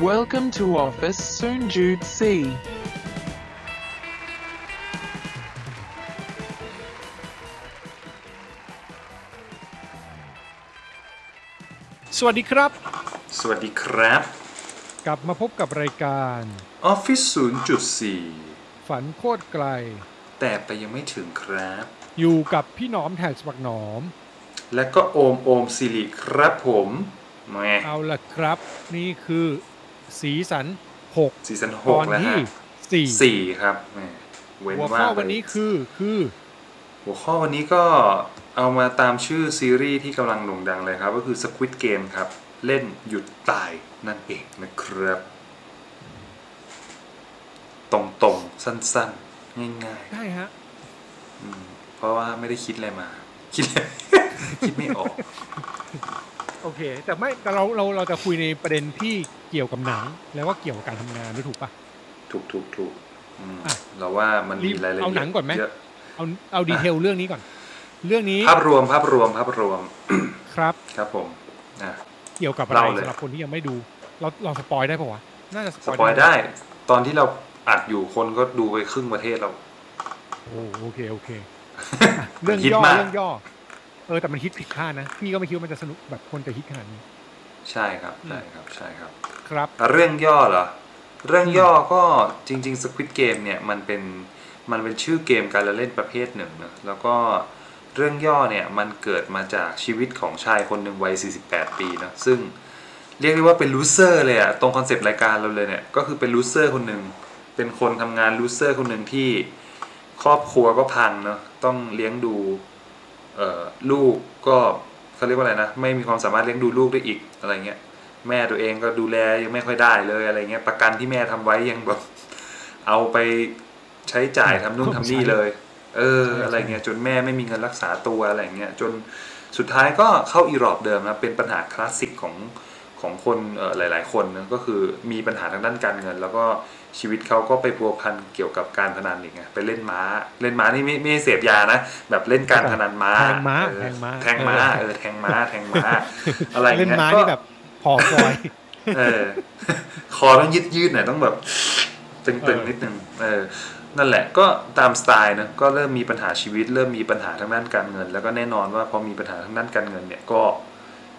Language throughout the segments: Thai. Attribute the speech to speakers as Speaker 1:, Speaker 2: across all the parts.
Speaker 1: Welcome to Office Soonjoot C.
Speaker 2: สวัสดีครับ
Speaker 3: สวัสดีครับ
Speaker 2: กลับมาพบกับรายการ
Speaker 3: Office 0.4
Speaker 2: ฝันโคตรไกล
Speaker 3: แต่ไปยังไม่ถึงครับ
Speaker 2: อยู่กับพี่หนอมแถบสปักหนอม
Speaker 3: และก็โอมโอมสิริครับผมแหม
Speaker 2: เอาละครับ นี่คือสีสัน
Speaker 3: ซีซั่น
Speaker 2: 6
Speaker 3: หก
Speaker 2: ตอน
Speaker 3: แล้ว
Speaker 2: ที่
Speaker 3: ฮะ
Speaker 2: สี่
Speaker 3: สี่ครับแหมเว้น
Speaker 2: หัว
Speaker 3: ว่า
Speaker 2: ข้อง
Speaker 3: ไป
Speaker 2: วันนี้คือคือ
Speaker 3: หัวข้อวันนี้ก็เอามาตามชื่อซีรีส์ที่กำลังโด่งดังเลยครับ ก็คือ Squid Game ครับ เล่นหยุดตายนั่นเองนะครับ ตรงๆ สั้นๆ ง่ายๆ
Speaker 2: ได้ฮะ
Speaker 3: อืมเพราะว่าไม่ได้คิดอะไร มา คิด คิดไม่ออก
Speaker 2: โอเค แต่ไม่แต่เราเราเราจะคุยในประเด็นที่เกี่ยวกับหนัง แล้วก็เกี่ยวกับการทำงานด้วยถูกปะ
Speaker 3: ถูกถูกถูกอืม
Speaker 2: อ่ะ
Speaker 3: เราว่ามัน
Speaker 2: รี
Speaker 3: มี
Speaker 2: บ
Speaker 3: รายละเอียด
Speaker 2: เอาหนังก่อนไหม
Speaker 3: เยะ
Speaker 2: เอาเอาดีเทลเรื่องนี้ก่อน เรื่องนี้
Speaker 3: ภาพรวมภาพรวมภาพรวม
Speaker 2: ครับ
Speaker 3: ครับผมอ่ะ
Speaker 2: เกี่ยวกับอะไร
Speaker 3: เล่าเลย
Speaker 2: สำหรับคนที่ยังไม่ดู เราเราสปอยได้ปะวะน่าจะส
Speaker 3: สปอย
Speaker 2: นะ
Speaker 3: ได้ ตอนที่เราอัดอยู่คนก็ดูไปครึ่งประเทศเรา
Speaker 2: โอ้โอเคโอเค เรื่อง
Speaker 3: ฮิต
Speaker 2: ย่อ
Speaker 3: มาก
Speaker 2: เรื่องย่อ เออแต่มันฮิตผิดคาดนะ พี่ก็ไม่คิดว่ามันจะสนุกแบบคนจะฮิตขนาดนี้
Speaker 3: ใช่ครับ
Speaker 2: อืม
Speaker 3: ใช่ครับใช่ครับ
Speaker 2: ครับ
Speaker 3: อ่ะเรื่องย่อเหรอ เรื่องย่อก็จริง ๆ Squid Game เนี่ยมันเป็นมันเป็นชื่อเกมการละเล่นประเภทหนึ่งนะแล้วก็เรื่องย่อเนี่ยมันเกิดมาจากชีวิตของชายคนหนึ่งวัย 48 ปีเนอะซึ่ง เรียกได้ว่าเป็นลูเซอร์เลยอะตรงคอนเซปต์รายการเราเลยเนี่ยก็คือเป็นลูเซอร์คนหนึ่งเป็นคนทำงานลูเซอร์คนหนึ่งที่ครอบครัวก็พังเนาะต้องเลี้ยงดูเอ่อลูกก็เขาเรียกว่าอะไรนะไม่มีความสามารถเลี้ยงดูลูกได้อีกอะไรเงี้ยแม่ตัวเองก็ดูแลยังไม่ค่อยได้เลยอะไรเงี้ยประกันที่แม่ทำไว้ยังแบบ เอาไปใช้จ่ายทำนู่นทำนี่เลย เออ
Speaker 2: ใช่ใช่
Speaker 3: อะไรเงี้ยจนแม่ไม่มีเงินรักษาตัวอะไรเงี้ยจนสุดท้ายก็เข้าอีรอบเดิมนะเป็นปัญหาคลาสสิกของ ของคนเอ่อหลาย ๆ คนนะก็คือมีปัญหาทางด้านการเงิน แล้วก็ชีวิตเขาก็ไปพัวพันเกี่ยวกับการพนันอีกไงไปเล่นม้า เล่นม้านี่ไม่ไม่ได้เสพยานะ แบบเล่นการพนันม้า
Speaker 2: แทงม้า
Speaker 3: เออ
Speaker 2: แทงม้า
Speaker 3: แทงม้าเออแทงม้าแทงม้า อะไรอย่ง
Speaker 2: เล่น
Speaker 3: งี้ย
Speaker 2: ม้า
Speaker 3: ก็
Speaker 2: นี่แบบพอคอย
Speaker 3: เออ คอต้องยืดยืดๆหน่อยต้องแบบ ตึง
Speaker 2: เอ
Speaker 3: ๆ
Speaker 2: อ
Speaker 3: นิดนึงเออนั่นแหละก็ตามสไตล์นะก็เริ่มมีปัญหาชีวิต เริ่มมีปัญหาทางด้านการเงิน แล้วก็แน่นอนว่าพอมีปัญหาทางด้านการเงินเนี่ยก็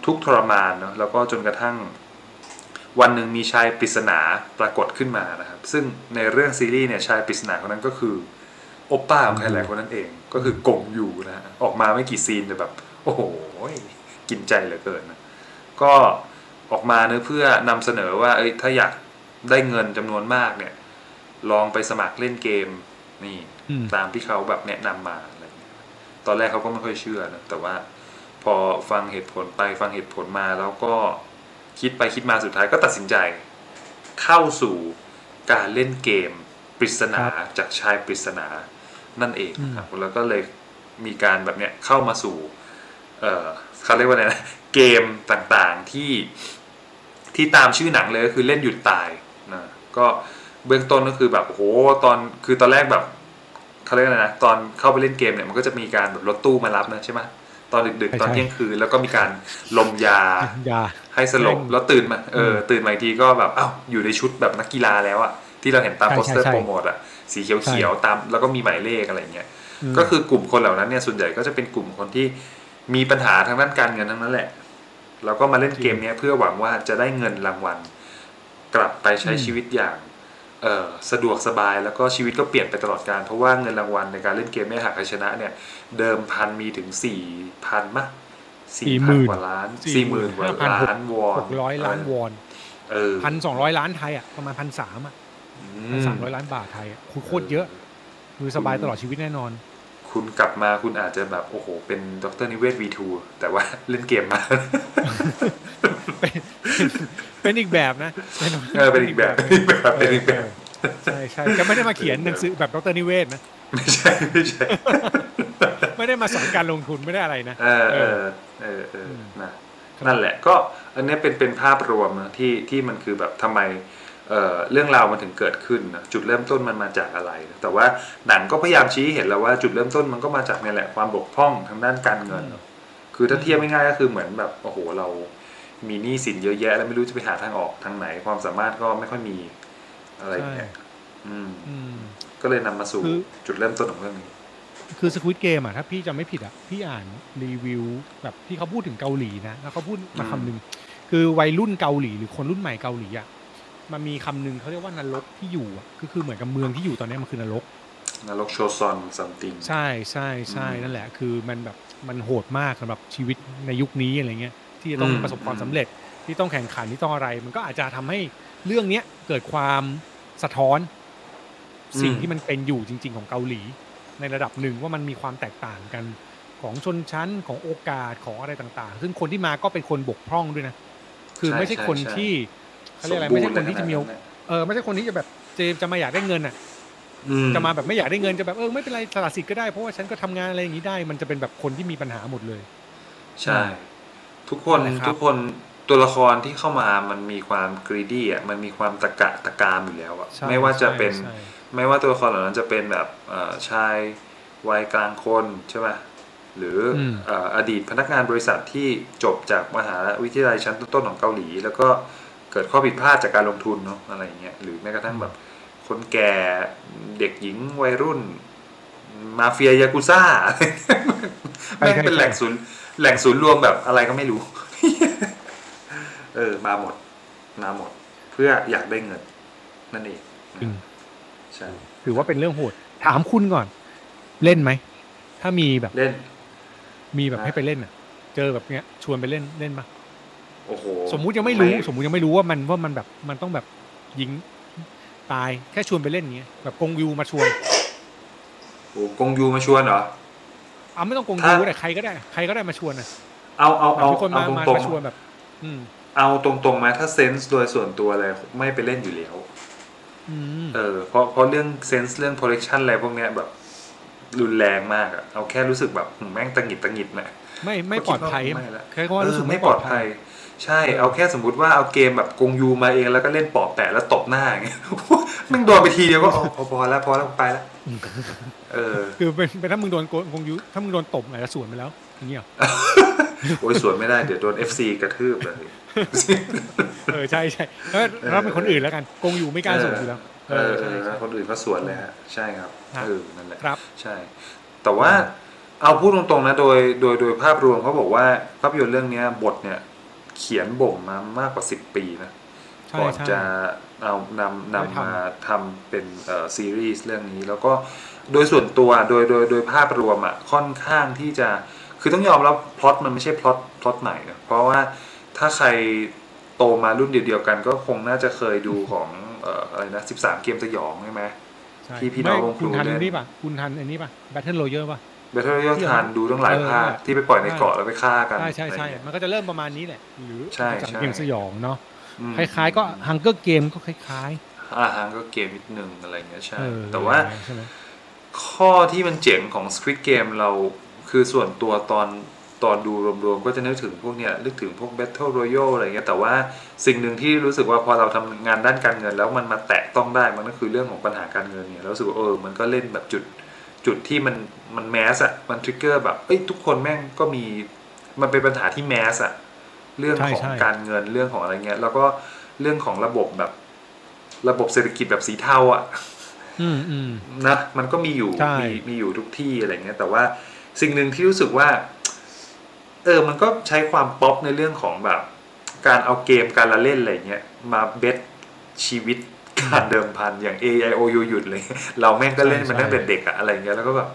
Speaker 3: ทุกข์ทรมานเนาะแล้วก็จนกระทั่ง วันหนึ่งมีชายปริศนาปรากฏขึ้นมานะครับ ซึ่งในเรื่องซีรีส์เนี่ยชายปริศนาคนนั้นก็คือโอปป้าของใครหลายคนนั่นเอง ก็คือกงอยู่นะฮะออกมาไม่กี่ซีนแต่แบบ โอ้โหกินใจเหลือเกินนะก็ออกมาเนื้อะเพื่อนำเสนอว่าเอ้ยถ้าอยากได้เงินจำนวนมากเนี่ย ลองไปสมัครเล่นเกมนี่
Speaker 2: อืม
Speaker 3: ตามที่เขาแบบแนะนำมาอะไรเงี้ยตอนแรกเขาก็ไม่ค่อยเชื่อนะแต่ว่าพอฟังเหตุผลไปฟังเหตุผลมาแล้วก็คิดไปคิดมาสุดท้ายก็ตัดสินใจ เข้าสู่การเล่นเกมปริศนา
Speaker 2: ครับ
Speaker 3: จากชายปริศนานั่นเอง
Speaker 2: อืม
Speaker 3: ครับแล้วก็เลยมีการแบบเนี้ยเข้ามาสู่ เอ่อเขาเรียกว่าอะไรนะ เกมต่างๆที่ที่ตามชื่อหนังเลยก็คือเล่นหยุดตายนะก็เบื้องต้นก็คือแบบโอ้โหตอนคือตอนแรกแบบเขาเรียกอะไรนะตอนเข้าไปเล่นเกมเนี่ยมันก็จะมีการแบบรถตู้มารับนะใช่ไหมตอนดึก
Speaker 2: ใช่
Speaker 3: ๆ ตอน
Speaker 2: ใช่
Speaker 3: เที่ยงคืนแล้วก็มีการลมยา
Speaker 2: อย่า
Speaker 3: ให้สลบ
Speaker 2: เร่ง
Speaker 3: แล้วตื่นมาเออ
Speaker 2: ม
Speaker 3: อตื่นมาอีกทีก็แบบอ้าวอยู่ในชุดแบบนักกีฬาแล้วอะที่เราเห็นตาม
Speaker 2: ใช่
Speaker 3: โปสเตอร์
Speaker 2: ใช่ใช่
Speaker 3: โปรโมทอะสีเ
Speaker 2: ใช่
Speaker 3: ขียวๆตามแล้วก็มีหมายเลขอะไรอย่างเงี้ย
Speaker 2: ม
Speaker 3: ก็คือกลุ่มคนเหล่านั้นเนี่ยส่วนใหญ่ก็จะเป็นกลุ่มคนที่มีปัญหาทางด้านการเงินทั้งนั้นแหละ แล้วก็มาเล่นเกมเนี้ยเพื่อหวังว่าจะได้เงินรางวัล กลับไปใช้ชีวิตอย่างเอ่อสะดวกสบายแล้วก็ชีวิตก็เปลี่ยนไปตลอดการเพราะว่าเงินรางวัลในการเล่นเกมเนี่ยหากใครชนะเนี่ย เดิมพันมีถึงสี่พันมะสี่พัน
Speaker 2: 40,000
Speaker 3: กว่าล้านสี่หมื่นกว่า
Speaker 2: 45,000
Speaker 3: ล้านวอน
Speaker 2: หกร้อยล้านวอน
Speaker 3: เออ
Speaker 2: พันสองร้อยล้านไทยอ่ะประมาณพันสามอ่ะ
Speaker 3: อืม
Speaker 2: สามร้อยล้านบาทไทยอ่ะคุณโคตรเยอะ คือสบายตลอดชีวิตแน่นอน
Speaker 3: คุณกลับมาคุณอาจจะแบบโอ้โห เป็นดรนิเวศ V2 แต่ว่าเล่นเกมมา
Speaker 2: เป็นเป็นเป็นอีกแบบนะ
Speaker 3: เออเป็นอีกแบบเป็นอีกแบบเป็นอีกแบบ
Speaker 2: ใช่ใช่จะไม่ได้มาเขียนหนังสือแบบดรนิเวศน์นะ
Speaker 3: ไม่ใช่ไม่ใช่
Speaker 2: ไม่ได้มาสอนการลงทุนไม่ได้อะไรนะ
Speaker 3: เออเออเออเออ
Speaker 2: ม
Speaker 3: นะครับ นั่นแหละก็อันเนี้ยเป็นเป็นภาพรวมนะที่ที่มันคือแบบทำไมเอ่อเรื่องราวมันถึงเกิดขึ้นนะจุดเริ่มต้นมันมาจากอะไรนะแต่ว่าหนังก็พยายามชี้ให้เห็นแล้วว่าจุดเริ่มต้นมันก็มาจากเนี่ยแหละความบกพร่องทางด้านการเงิน คือถ้าเทียบง่ายๆก็คือเหมือนแบบโอ้โหเรา มีหนี้สินเยอะแยะ แล้วไม่รู้จะไปหาทางออกทางไหน ความสามารถก็ไม่ค่อยมีอะไรอย่างเนี่ยอืม
Speaker 2: อืม
Speaker 3: ก็เลยนำมาสู่
Speaker 2: คือ
Speaker 3: จุดเริ่มต้นของเรื่องนี้
Speaker 2: คือสควิตเกมอ่ะถ้าพี่จำไม่ผิดอ่ะพี่อ่านรีวิวแบบที่เขาพูดถึงเกาหลีนะแล้วเขาพูดมาคำหนึ่งคือวัยรุ่นเกาหลีหรือคนรุ่นใหม่เกาหลีอ่ะมันมีคำหนึ่งเขาเรียกว่านรกที่อยู่อ่ะก็คือเหมือนกับเมืองที่อยู่ตอนเนี้ยมันคือนรก
Speaker 3: นรกโชซอนซัมติง
Speaker 2: ใช่ใช่ใช่
Speaker 3: อืม
Speaker 2: นั่นแหละ คือมันแบบมันโหดมากสำหรับชีวิตในยุคนี้อะไรเงี้ยที่จะต้อง
Speaker 3: อืม
Speaker 2: ประสบความ
Speaker 3: อืม
Speaker 2: สำเร็จที่ต้องแข่งขันที่ต้องอะไร มันก็อาจจะทำให้เรื่องเนี้ยเกิดความสะท้อน สิ่งที่มันเป็นอยู่จริง ๆ ของเกาหลี ในระดับหนึ่งว่ามันมีความแตกต่างกันของชนชั้นของโอกาสของอะไรต่างๆ ซึ่งคนที่มาก็เป็นคนบกพร่องด้วยนะ คือไม่ใช่คนที่เขาเรียกอะไรไม่ใช่คนที่จะมีโอเออไม่ใช่คนที่จะแบบจะจะมาอยากได้เงินอ่ะ จะมาแบบไม่อยากได้เงินจะแบบเออไม่เป็นไรสละสิทธิ์ก็ได้เพราะว่าฉันก็ทำงานอะไรอย่างนี้ได้ มันจะเป็นแบบคนที่มีปัญหาหมดเลย
Speaker 3: ใช่ ทุกคน
Speaker 2: นั่นแหละครับ
Speaker 3: ทุกคนตัวละครที่เข้ามามันมีความกรีดี้อ่ะมันมีความตะกะตะกามอยู่แล้วอ่ะ
Speaker 2: ใช่
Speaker 3: ไม่ว่าจะ
Speaker 2: ใช่
Speaker 3: เป็น
Speaker 2: ใช่
Speaker 3: ไม่ว่าตัวละครเหล่านั้นจะเป็นแบบเอ่อชายวัยกลางคนใช่ไหมหรืออ
Speaker 2: ม
Speaker 3: เอ่ออดีตพนักงานบริษัทที่จบจากมหาวิทยาลัยชั้นต้นๆของเกาหลี แล้วก็เกิดข้อผิดพลาดจากการลงทุนเนาะอะไรอย่างเงี้ยหรือแม้กระทั่งแบบคนแก่เด็กหญิงวัยรุ่น มาเฟียยากุซ่า แม่งเป็นแหล่งศูนย์แหล่งศูนย์รวมแบบอะไรก็ไม่รู้ เออ มาหมด มาหมด เพื่ออยากได้เงิน นั่นเอง
Speaker 2: จริง
Speaker 3: ใช่
Speaker 2: ถือว่าเป็นเรื่องโหด ถามคุณก่อน เล่นไหม ถ้ามีแบบ
Speaker 3: เล่น
Speaker 2: มีแบบ
Speaker 3: นะ
Speaker 2: ให้ไปเล่นอ่ะ เจอแบบเนี้ยชวนไปเล่นเล่นปะ
Speaker 3: โอ้โห
Speaker 2: สมมุติยังไม่รู้ สมมุติยังไม่รู้ว่ามันว่ามันแบบมันต้องแบบยิงตายแค่ชวนไปเล่นอย่างเงี้ยแบบกงวิวมาชวน
Speaker 3: โอ้กงยูมาชวนเหรอ
Speaker 2: เอาไม่ต้องกง
Speaker 3: ถ้า
Speaker 2: วิวก็ได้ใครก็ได้ใครก็ได้มาชวนอ่ะ
Speaker 3: เอาเอา
Speaker 2: แบบ
Speaker 3: เอา
Speaker 2: ทุกคน
Speaker 3: เอา
Speaker 2: มา
Speaker 3: ตรง
Speaker 2: มา
Speaker 3: ตรง
Speaker 2: มาชวนแบบ อืม
Speaker 3: เอาตรงตรงๆไหมถ้าเซนส์โดยส่วนตัวเลย ไม่ไปเล่นอยู่แล้ว
Speaker 2: อืม
Speaker 3: เออเพราะเพราะเรื่องเซนส์เรื่อง protection อะไรพวกเนี้ยแบบ รุนแรงมากอะเอาแค่รู้สึกแบบหืมแม่งตังหงิดตังหงิดนะ
Speaker 2: ไม่ไม่ปลอดภัย
Speaker 3: ก็คิดว่าไม่ละ
Speaker 2: แค่ว่ารู้สึก
Speaker 3: เออ
Speaker 2: ไม่
Speaker 3: ไม่
Speaker 2: ป
Speaker 3: ป
Speaker 2: ล
Speaker 3: ล
Speaker 2: อ
Speaker 3: อ
Speaker 2: ด
Speaker 3: ด
Speaker 2: ภั
Speaker 3: ภั
Speaker 2: ย
Speaker 3: ย ใช่เอาแค่สมมติว่าเอาเกมแบบกงยูมาเองแล้วก็เล่นปอบแปะแล้วตบหน้าอย่างเงี้ย แม่งโดนไปทีเดียวก็เอาเอาพอแล้วพอแล้วไปแล้วเออ
Speaker 2: คือเป็นเป็นถ้ามึงโดนโกงคงยุถ้ามึงโดนตบอาจจะสวนไปแล้วอย่างเงี้ยหรอ
Speaker 3: โอ้ยสวนไม่ได้เดี๋ยวโดน FC กระทืบเลย
Speaker 2: เออใช่ใช่เออถ้าเป็นคนอื่นแล้วกันโกงอยู่ไม่กล้าสวนอยู่แล้ว
Speaker 3: เออ
Speaker 2: ใช่ใช่
Speaker 3: คนอื่นก็สวนเลยฮะใช่ครับ
Speaker 2: ฮะ
Speaker 3: เออนั่นแหละ
Speaker 2: ครับ
Speaker 3: ใช่ แต่ว่าเอาพูดตรงๆนะโดยโดยโดยภาพรวมเขาบอกว่าภาพยนตร์เรื่องเนี้ยบทเนี่ย เขียนบ่มมามากกว่าสิบปีนะ
Speaker 2: ใช่
Speaker 3: ก่อน
Speaker 2: ใช่
Speaker 3: จะเอานำ
Speaker 2: ได้
Speaker 3: นำ
Speaker 2: ทำ
Speaker 3: มาทำเป็นเอ่อซีรีส์เรื่องนี้ แล้วก็โดยส่วนตัวโดยโดยโดยภาพรวมอ่ะค่อนข้างที่จะคือต้องยอมรับพล็อตมันไม่ใช่พล็อตพล็อตใหม่นะเพราะว่าถ้าใครโตมารุ่นเดียวๆกัน ก็คงน่าจะเคยดูของเอ่ออะไรนะสิบสามเกมสยองใช่ไหม
Speaker 2: ใช่
Speaker 3: ที่พี่น้อง
Speaker 2: ไม่
Speaker 3: ลงทุน
Speaker 2: คุณทัน
Speaker 3: เล่น
Speaker 2: นี่ป่ะคุณทันอันนี้ป่ะแบทเทิลโรเยอร์ป่ะ
Speaker 3: เบทเทอร์ยอทานดูตั้งหลาย
Speaker 2: เออ
Speaker 3: ภาค
Speaker 2: นั่นแหละ
Speaker 3: ที่ไปปล่อยใน
Speaker 2: ใช่
Speaker 3: เกาะแล้วไปฆ่ากัน
Speaker 2: ใช่ใช่ใช่
Speaker 3: อะไรอย่างเงี้ย
Speaker 2: มันก็จะเริ่มประมาณนี้แหละ หรือ
Speaker 3: ใช่ใช่
Speaker 2: จากเกมสยองเนาะ
Speaker 3: อืม
Speaker 2: คล้ายๆ ก็ฮังเกอร์เกมก็คล้าย
Speaker 3: อาหารก็เกมนิดนึงอะไรอย่างเงี้ย
Speaker 2: ๆ
Speaker 3: ใช่
Speaker 2: เออ
Speaker 3: แต่ว่า
Speaker 2: ใช่ไหม
Speaker 3: ข้อที่มันเจ๋งของ Squid Game เราคือส่วนตัวตอนตอนดูรวมๆ ก็จะนึกถึงพวกเนี้ยนึกถึงพวก Battle Royale อะไรเงี้ยแต่ว่าสิ่งหนึ่งที่รู้สึกว่าพอเราทำงานด้านการเงินแล้วมันมาแตะต้องได้มันก็คือเรื่องของปัญหาการเงินเนี่ยเรารู้สึกว่าเออมันก็เล่นแบบจุดจุดที่มันมันแมสอะมันทริกเกอร์แบบเอ้ยทุกคนแม่งก็มีมันเป็นปัญหาที่แมสอะเรื่องของการเงินเรื่องของอะไรเงี้ยแล้วก็เรื่องของระบบแบบ ระบบเศรษฐกิจแบบสีเทาอะ
Speaker 2: อืมอืม
Speaker 3: นะมันก็มีอยู่
Speaker 2: ใช่
Speaker 3: มีมีอยู่ทุกที่อะไรเงี้ยแต่ว่าสิ่งหนึ่งที่รู้สึกว่า เออมันก็ใช้ความป๊อปในเรื่องของแบบ การเอาเกมการละเล่นอะไรเงี้ยมาเบสชีวิตการเดิมพันอย่าง A I O U หยุดเลย เราแม่งก็เล่นมันตั้งแต่เด็กอะอะไรเงี้ยแล้วก็แบบ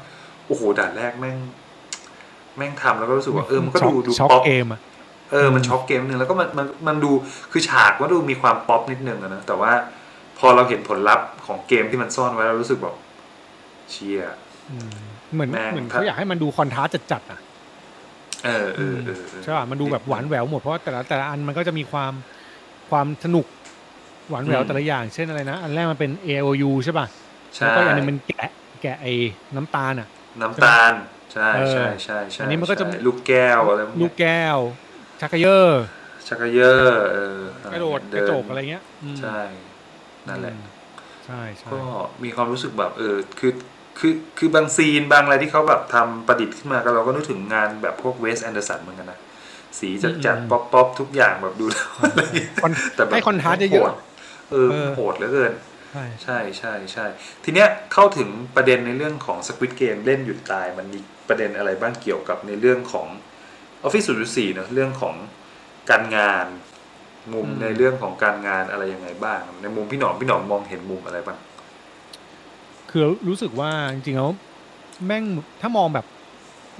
Speaker 3: โอ้โหด่านแรกแม่ง แม่งทำแล้วก็รู้สึกว่าเออมันก็ดูดู
Speaker 2: ช็อก
Speaker 3: ป๊อป
Speaker 2: เกมอ่ะ
Speaker 3: เออ มันช็อกเกมหนึ่งแล้วก็มันมันมันดูคือฉากว่าดูมีความป๊อปนิดนึงอะนะ แต่ว่าพอเราเห็นผลลัพธ์ของเกมที่มันซ่อนไว้เรารู้สึกแบบเชีย
Speaker 2: อืมเหมือน
Speaker 3: แม่ง
Speaker 2: เหมือน
Speaker 3: ถ้า
Speaker 2: เขาอยากให้มันดูคอนทราสต์จัดๆอ่ะ
Speaker 3: เออเออเออเออ
Speaker 2: ใช่ป่ะมันดูแบบหวานแหววหมดเพราะว่าแต่ละแต่ละอันมันก็จะมีความความสนุกหวานแหววแต่ละอย่าง เช่นอะไรนะ อันแรกมันเป็น A O U ใช่ป่ะ
Speaker 3: ใช่
Speaker 2: แล้วก็อันหนึงมันแกะแกะไอ้น้ำตาลอ่ะ
Speaker 3: น้ำตาล ใช่ใช่ใช่ใช่
Speaker 2: อันนี้มันก็จะ
Speaker 3: ใช่ลูกแก้วอะไรพว
Speaker 2: ลู
Speaker 3: เนี้ย
Speaker 2: กแก้ว ชักเกยอร์
Speaker 3: ชักเกยอร์เออก
Speaker 2: ระโดดก
Speaker 3: เน
Speaker 2: ระจกอะไรเงี้ยอืม
Speaker 3: ใช่ นั่นแหละ
Speaker 2: ใช่ใช่
Speaker 3: ก็มีความรู้สึกแบบเออคือคือคือบางซีนบางอะไรที่เขาแบบทำประดิษฐ์ขึ้นมาก็เราก็นึกถึงงานแบบพวกเวสแอนเดอร์สันเหมือนกันนะ สีจัดจัดป๊อปป๊อปทุกอย่างแบบดู แล้วอะไรอย่างเงี้ย
Speaker 2: คน
Speaker 3: แต่แบบ
Speaker 2: ให้คอนทราสต์เย
Speaker 3: โหด
Speaker 2: อะ
Speaker 3: เออโหดเหลือเกิน
Speaker 2: ๆใช่
Speaker 3: ใช่ใช่ใช่ ทีเนี้ยเข้าถึงประเด็นในเรื่องของ Squid Game เล่นหยุดตายมันมีประเด็นอะไรบ้างเกี่ยวกับในเรื่องของ Office 0.4เนอะเรื่องของการงาน มุมในเรื่องของการงานอะไรยังไงบ้าง ในมุมพี่หนอมพี่หนอมมองเห็นมุมอะไรบ้าง
Speaker 2: คือรู้สึกว่าจริงๆแล้วแม่งถ้ามองแบบ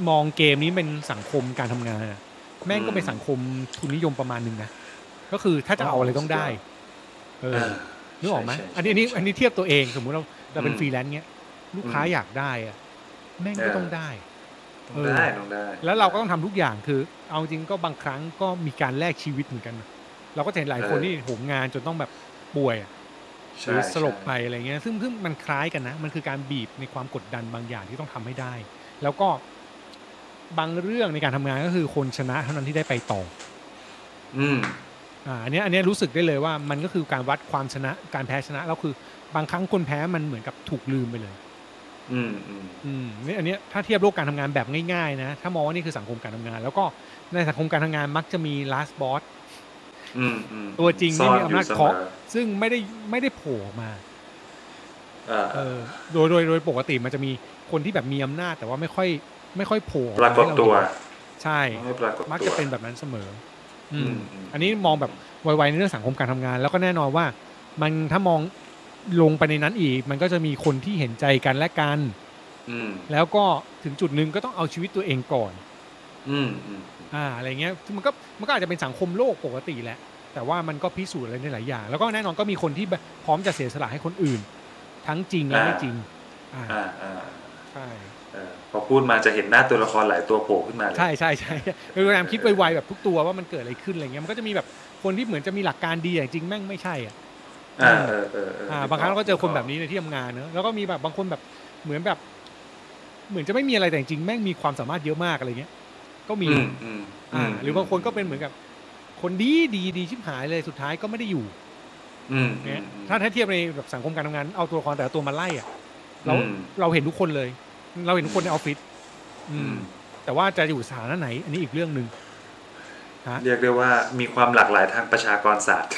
Speaker 2: มองเกมนี้เป็นสังคมการทำงานอะแม่งก็เป็นสังคมทุนนิยมประมาณหนึ่งนะก็คือถ้าจะเอาอะไรต้องได้เออ นึกออกไหม
Speaker 3: ใช่ใช่
Speaker 2: อันนี้อันนี้อันนี้เทียบตัวเองสมมุติเราเราเป็น
Speaker 3: อืม
Speaker 2: ฟรีแลนซ์เงี้ย ลูกค้า
Speaker 3: อืม
Speaker 2: อยากได้อะแม่งก็
Speaker 3: เออ
Speaker 2: ต้องได้
Speaker 3: ต้องได้ต้องได้
Speaker 2: แล้วเราก็ต้องทำทุกอย่างคือ เอาจริงก็บางครั้งก็มีการแลกชีวิตเหมือนกันนะเราก็จะเห็นหลายคนที่โหมงานจนต้องแบบป่วยอะ
Speaker 3: ใช่
Speaker 2: หรือสลบไป
Speaker 3: ใช่
Speaker 2: อะไรเงี้ยซึ่งซึ่งมันคล้ายกันนะ มันคือการบีบในความกดดันบางอย่างที่ต้องทำให้ได้ แล้วก็บางเรื่องในการทำงานก็คือคนชนะเท่านั้นที่ได้ไปต่อ
Speaker 3: อืม
Speaker 2: อ่าอันเนี้ยอันเนี้ยรู้สึกได้เลยว่ามันก็คือการวัดความชนะการแพ้ชนะแล้วคือบางครั้งคนแพ้มันเหมือนกับถูกลืมไปเลย
Speaker 3: อืมอืม
Speaker 2: อืมเนี่ยอันเนี้ยถ้าเทียบโลกการทำงานแบบง่ายๆนะถ้ามองว่านี่คือสังคมการทำงาน แล้วก็ในสังคมการทำงานมักจะมี last boss
Speaker 3: อืมอืม
Speaker 2: ตัวจริงไม่มีอำนาจเคาะ
Speaker 3: ซ่นยู่
Speaker 2: ซึ่งไม่ได้ไม่ได้โผล่ออกมา
Speaker 3: เสมออ่า
Speaker 2: เออโดยโดยโดยปกติมันจะมีคนที่แบบมีอำนาจแต่ว่าไม่ค่อยไม่ค่อยโผล่ออ
Speaker 3: ป
Speaker 2: ม
Speaker 3: รากฏ
Speaker 2: ให้เ
Speaker 3: ตัว
Speaker 2: ใช่
Speaker 3: ไม่ปรากฏตัว
Speaker 2: มักจะเป็นแบบนั้นเสมอ อื
Speaker 3: อื
Speaker 2: ม
Speaker 3: มอืม
Speaker 2: อันนี้มองแบบไวๆในเรื่องสังคมการทำงาน แล้วก็แน่นอนว่า มันถ้ามองลงไปในนั้นอีก มันก็จะมีคนที่เห็นใจกันและกัน
Speaker 3: อืม
Speaker 2: แล้วก็ถึงจุดหนึ่งก็ต้องเอาชีวิตตัวเองก่อน
Speaker 3: อืมอืม
Speaker 2: อ่า อะไรเงี้ยซึ่งมันก็มันก็อาจจะเป็นสังคมโลกปกติแหละ แต่ว่ามันก็พิสูจน์อะไรในหลายอย่าง แล้วก็แน่นอนก็มีคนที่แบบพร้อมจะเสียสละให้คนอื่น ทั้งจริงและไม่จริง อ่า
Speaker 3: อ่าอ่า
Speaker 2: ใช่
Speaker 3: เออพอพูดมาจะเห็นหน้าตัวละครหลายตัวโผล่ขึ้นมาเลย
Speaker 2: ใช่ใช่ใช่คือพยายามคิดไวๆแบบทุกตัวว่ามันเกิดอะไรขึ้นอะไรเงี้ยมันก็จะมีแบบคนที่เหมือนจะมีหลักการดีแต่จริงแม่งไม่ใช่อ่ะ
Speaker 3: อ่าเออเออเออ
Speaker 2: อ่าบางครั้งเราก็เจอคนแบบนี้ในที่ทำงานเนอะแล้วก็มีแบบบางคนแบบเหมือนแบบ เหมือนจะไม่มีอะไรแต่จริงๆแม่งมีความสามารถเยอะมากอะไรเงี้ย ก็มี
Speaker 3: อืมอืม
Speaker 2: อ่าหรือบางคนก็เป็นเหมือนกับ คนดีดีดีชิบหายเลยสุดท้ายก็ไม่ได้อยู่
Speaker 3: อืม
Speaker 2: เนี่ย
Speaker 3: อืม
Speaker 2: ถ้าถ้าเทียบในแบบสังคมการทำงานเอาตัวละครแต่ละตัวมาไล่อะเรา
Speaker 3: อืม
Speaker 2: เราเห็นทุกคนเลย เราเห็นทุกคนในออฟฟิศอื
Speaker 3: อื
Speaker 2: ม
Speaker 3: ม
Speaker 2: แต่ว่าจะอยู่สถานะไหน อันนี้อีกเรื่องหนึ่งฮะ
Speaker 3: เรียกได้ว่ามีความหลากหลายทางประชากรศาสตร์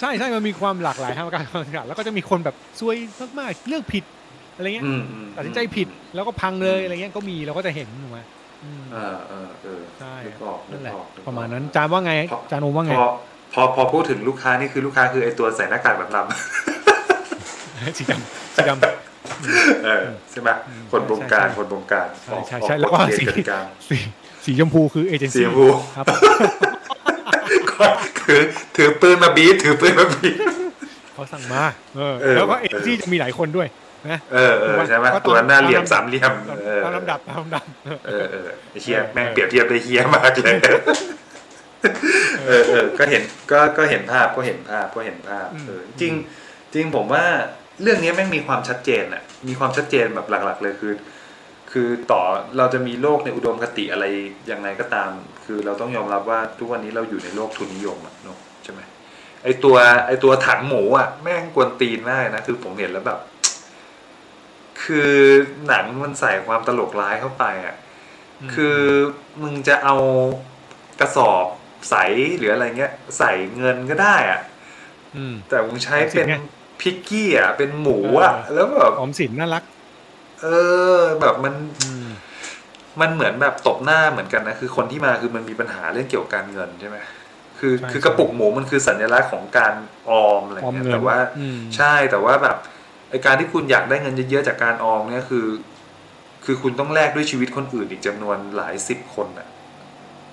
Speaker 2: ใช่ใช่มันมีความหลากหลายทางการทำงานแล้วก็จะมีคนแบบซวยมากๆเลือกผิดอะไรเงี้ย
Speaker 3: อืมอืม
Speaker 2: ตัดสินใจผิดแล้วก็พังเลยอะไรเงี้ยก็มีเราก็จะเห็นถูกไหมอืม
Speaker 3: เออเออเออ
Speaker 2: ใช่
Speaker 3: นึกออกนึ
Speaker 2: นั่น
Speaker 3: ก
Speaker 2: แหละ
Speaker 3: ออกกออก
Speaker 2: ประมาณนั้นจานว่าไง
Speaker 3: เพราะ
Speaker 2: จานโอมว่าไง
Speaker 3: พอพอพอพูดถึงลูกค้านี่คือลูกค้าคือไอตัวใส่หน้ากากแบบดำ
Speaker 2: สีดำสีด
Speaker 3: เออใช่ไหม
Speaker 2: อืม
Speaker 3: คนบงการ
Speaker 2: ใช่ใช่
Speaker 3: คนบงการ
Speaker 2: ำ
Speaker 3: อ
Speaker 2: ใช่
Speaker 3: อกออ
Speaker 2: ใช่ใช่แล้วก็
Speaker 3: เก
Speaker 2: สี
Speaker 3: ณฑ์กติกา
Speaker 2: สีสีชมพูคือเอเจน
Speaker 3: สี
Speaker 2: ซี่
Speaker 3: ชมพู
Speaker 2: ครับ
Speaker 3: ถือถือปืนมาบีบถือปืนมาบีบ
Speaker 2: เขาสั่งมาเออ
Speaker 3: เออ
Speaker 2: แล้วก็
Speaker 3: เอ
Speaker 2: เอ
Speaker 3: อ
Speaker 2: เจนซี่จะมีหลายคนด้วยนะ
Speaker 3: เออเออใช่ไหม
Speaker 2: เพราะตอน
Speaker 3: ตัวหน้าเหลี่ยมสามเหลี่ยม
Speaker 2: ตาม
Speaker 3: เออ
Speaker 2: ตามลำดับตามลำดับ
Speaker 3: เออเออไอ้เฮีย
Speaker 2: เออ
Speaker 3: แม่งเปรียบเทียบได้เฮียมากเลย เออเออก็เห็นก็ก็เห็นภาพก็เห็นภาพก็เห็นภาพเออจริงจริงผมว่าเรื่องนี้แม่งมีความชัดเจนอะมีความชัดเจนแบบหลัก ๆ เลยคือ คือต่อเราจะมีโลกในอุดมคติอะไรยังไงก็ตาม คือเราต้องยอมรับว่าทุกวันนี้เราอยู่ในโลกทุนนิยมอะเนาะใช่ไหมไอตัวไอตัวถังหมูอะแม่งกวนตีนมากนะคือผมเห็นแล้วแบบ คือหนังมันใส่ความตลกร้ายเข้าไปอะ คือมึงจะเอากระสอบใสหรืออะไรเงี้ย ใส่เงินก็ได้อะ
Speaker 2: ม
Speaker 3: แต่มึงใช้เป็น
Speaker 2: ไง
Speaker 3: พิกกี้อ่ะเป็นหมูอ่ะ
Speaker 2: เออ
Speaker 3: แล้วแบบ
Speaker 2: ออมสินน่ารัก
Speaker 3: เออแบบมัน
Speaker 2: อืม
Speaker 3: มันเหมือนแบบตบหน้าเหมือนกันนะคือคนที่มาคือมันมีปัญหาเรื่องเกี่ยวกับการเงินใช่ไหมคือคือกระปุกหมูมันคือสัญลักษณ์ของการออมอะไร
Speaker 2: ออม
Speaker 3: เงี้ย
Speaker 2: เงิน
Speaker 3: แต่ว่า
Speaker 2: อืม
Speaker 3: ใช่แต่ว่าแบบไอการที่คุณอยากได้เงินเยอะๆจากการออมเนี่ยคือ คือคุณต้องแลกด้วยชีวิตคนอื่นอีกจำนวนหลายสิบคนน่ะ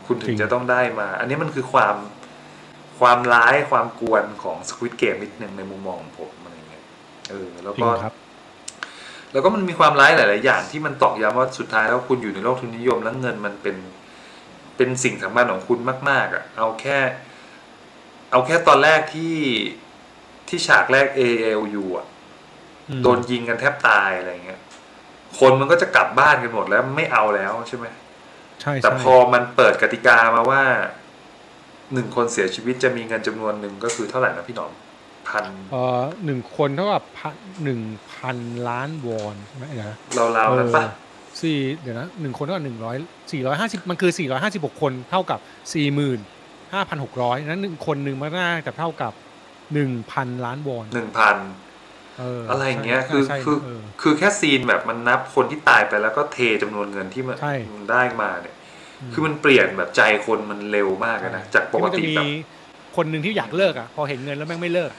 Speaker 3: คุณถึ
Speaker 2: จริ
Speaker 3: ง
Speaker 2: ง
Speaker 3: จะต้องได้มา อันนี้มันคือความความร้ายความกวนของสควิตเกมนิดนึงในมุมมองของผมอะไรเงี้ยเออแล้ว
Speaker 2: จริ
Speaker 3: ก็
Speaker 2: งครับ
Speaker 3: แล้วก็มันมีความร้ายหลาย ๆ อย่างที่มันตอกย้ำว่าสุดท้ายแล้วคุณอยู่ในโลกทุนนิยมแล้วเงินมันเป็น เป็นสิ่งสำคัญของคุณมาก ๆอ่ะเอาแค่ เอาแค่ตอนแรกที่ที่ฉากแรก ALU อ่ะ
Speaker 2: อืม
Speaker 3: โดนยิงกันแทบตายอะไรเงี้ย คนมันก็จะกลับบ้านกันหมดแล้วไม่เอาแล้วใช่ไหม
Speaker 2: ใช่
Speaker 3: แต่
Speaker 2: ใช่
Speaker 3: พอมันเปิดกติกามาว่าหนึ่งคนเสียชีวิตจะมีเงินจำนวนหนึ่งก็คือเท่าไหร่นะพี่หนอมพัน
Speaker 2: เอ่อหนึ่งคนเท่ากับพันหนึ่งพันล้านวอนใช่ไหมเดี๋ยวนะ
Speaker 3: ราวๆนั้นปะ
Speaker 2: เออ สี่เดี๋ยวนะหนึ่งคนเท่ากับหนึ่งร้อยสี่ร้อยห้าสิบมันคือสี่ร้อยห้าสิบหกคนเท่ากับสี่หมื่นห้าพันหกร้อยนั้นหนึ่งคนหนึ่งมันน่าจะเท่ากับหนึ่งพันล้านวอน
Speaker 3: หนึ่งพัน
Speaker 2: เ
Speaker 3: อะไรอย่างเงี้ยคือ
Speaker 2: ใช่ใช่
Speaker 3: คือ
Speaker 2: เออ
Speaker 3: คือแค่ซีนแบบมันนับคนที่ตายไปแล้วก็เทจำนวนเงินที่มัน
Speaker 2: ใช่
Speaker 3: มันได้มาเนี่ย คือมันเปลี่ยนแบบใจคนมันเร็วมากเลยนะ จากปกติ
Speaker 2: ที่
Speaker 3: แบบ
Speaker 2: มันจะมีคนหนึ่งที่อยากเลิกอ่ะพอเห็นเงินแล้วแม่งไม่เลิก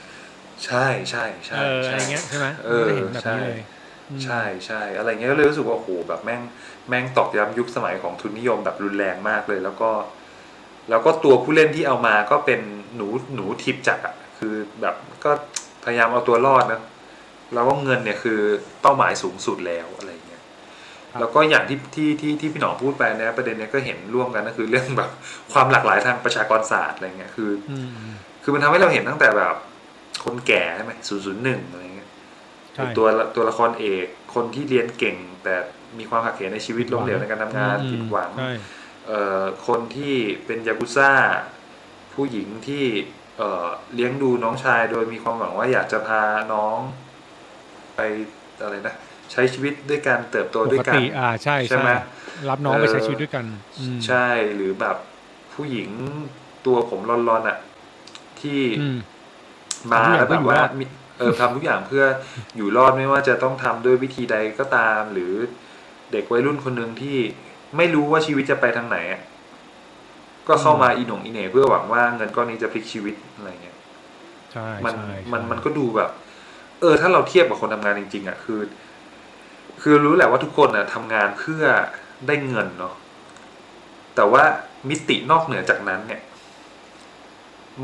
Speaker 3: ใช่ใช่ใช่
Speaker 2: เออ
Speaker 3: ใช่
Speaker 2: อะไรเงี้ยใช่ไหม
Speaker 3: เออ
Speaker 2: มันจะเห็นแบบนี้เลย
Speaker 3: ใช่
Speaker 2: อืม
Speaker 3: ใช่ใช่อะไรเงี้ยก็เลยรู้สึกว่าโอ้โหแบบแม่งแม่งตอกย้ำยุคสมัยของทุนนิยมแบบรุนแรงมากเลย แล้วก็ แล้วก็ตัวผู้เล่นที่เอามาก็เป็นหนูหนูทิพจักรอะคือแบบก็พยายามเอาตัวรอดนะแล้วก็เงินเนี่ยคือเป้าหมายสูงสุดแล้วอะไรเงี้ยแล้วก็อย่างที่ที่ที่ที่พี่หนอมพูดไปนะประเด็นเนี้ยก็เห็นร่วมกันก็คือเรื่องแบบความหลากหลายทางประชากรศาสตร์อะไรเงี้ยคือ
Speaker 2: อืม
Speaker 3: คือมันทำให้เราเห็นตั้งแต่แบบ คนแก่ใช่ไหมศูนย์ศูนย์หนึ่งอะไรเงี้ย
Speaker 2: ใช่
Speaker 3: ตัวละตัวละครเอกคนที่เรียนเก่ง แต่มีความหักเหในชีวิตล้มเหลวในการทำงาน
Speaker 2: อืม
Speaker 3: ผิดหวัง
Speaker 2: ใช่
Speaker 3: เอ่อคนที่เป็นยากุซ่า ผู้หญิงที่เอ่อเลี้ยงดูน้องชายโดยมีความหวังว่าอยากจะพาน้องไปอะไรนะ ใช้ชีวิตด้วยการเติบโต
Speaker 2: ป
Speaker 3: ด้วย
Speaker 2: ก
Speaker 3: กัน
Speaker 2: ติอ่าใช่
Speaker 3: ใช่
Speaker 2: ใช่
Speaker 3: ไหม
Speaker 2: รับน้องไปใช้
Speaker 3: เออ
Speaker 2: ชีวิตด้วยกันอืม
Speaker 3: ใช่หรือแบบผู้หญิงตัวผมรอนๆอ่ะ ที่
Speaker 2: อืม
Speaker 3: มา
Speaker 2: ทำทุกอ
Speaker 3: แล้วแบบ
Speaker 2: ย่าง
Speaker 3: ว่า
Speaker 2: เพื่ออยู่รอด
Speaker 3: มีเออทำทุกอย่างเพื่ออยู่รอดไม่ว่าจะต้องทำด้วยวิธีใดก็ตาม หรือเด็กวัยรุ่นคนหนึ่งที่ไม่รู้ว่าชีวิตจะไปทางไหนอะก็เข้ามาอีหนงอีเหน่เพื่อหวังว่าเงินก้อนนี้จะพลิกชีวิตอะไรเงี้ย
Speaker 2: ใช่
Speaker 3: มัน
Speaker 2: ใช่
Speaker 3: มัน
Speaker 2: ใช่
Speaker 3: มันก็ดูแบบ เออ ถ้าเราเทียบกับคนทำงานจริง ๆอ่ะคือ คือรู้แหละว่าทุกคนอ่ะทำงานเพื่อได้เงินเนาะแต่ว่ามิตินอกเหนือจากนั้นเนี่ย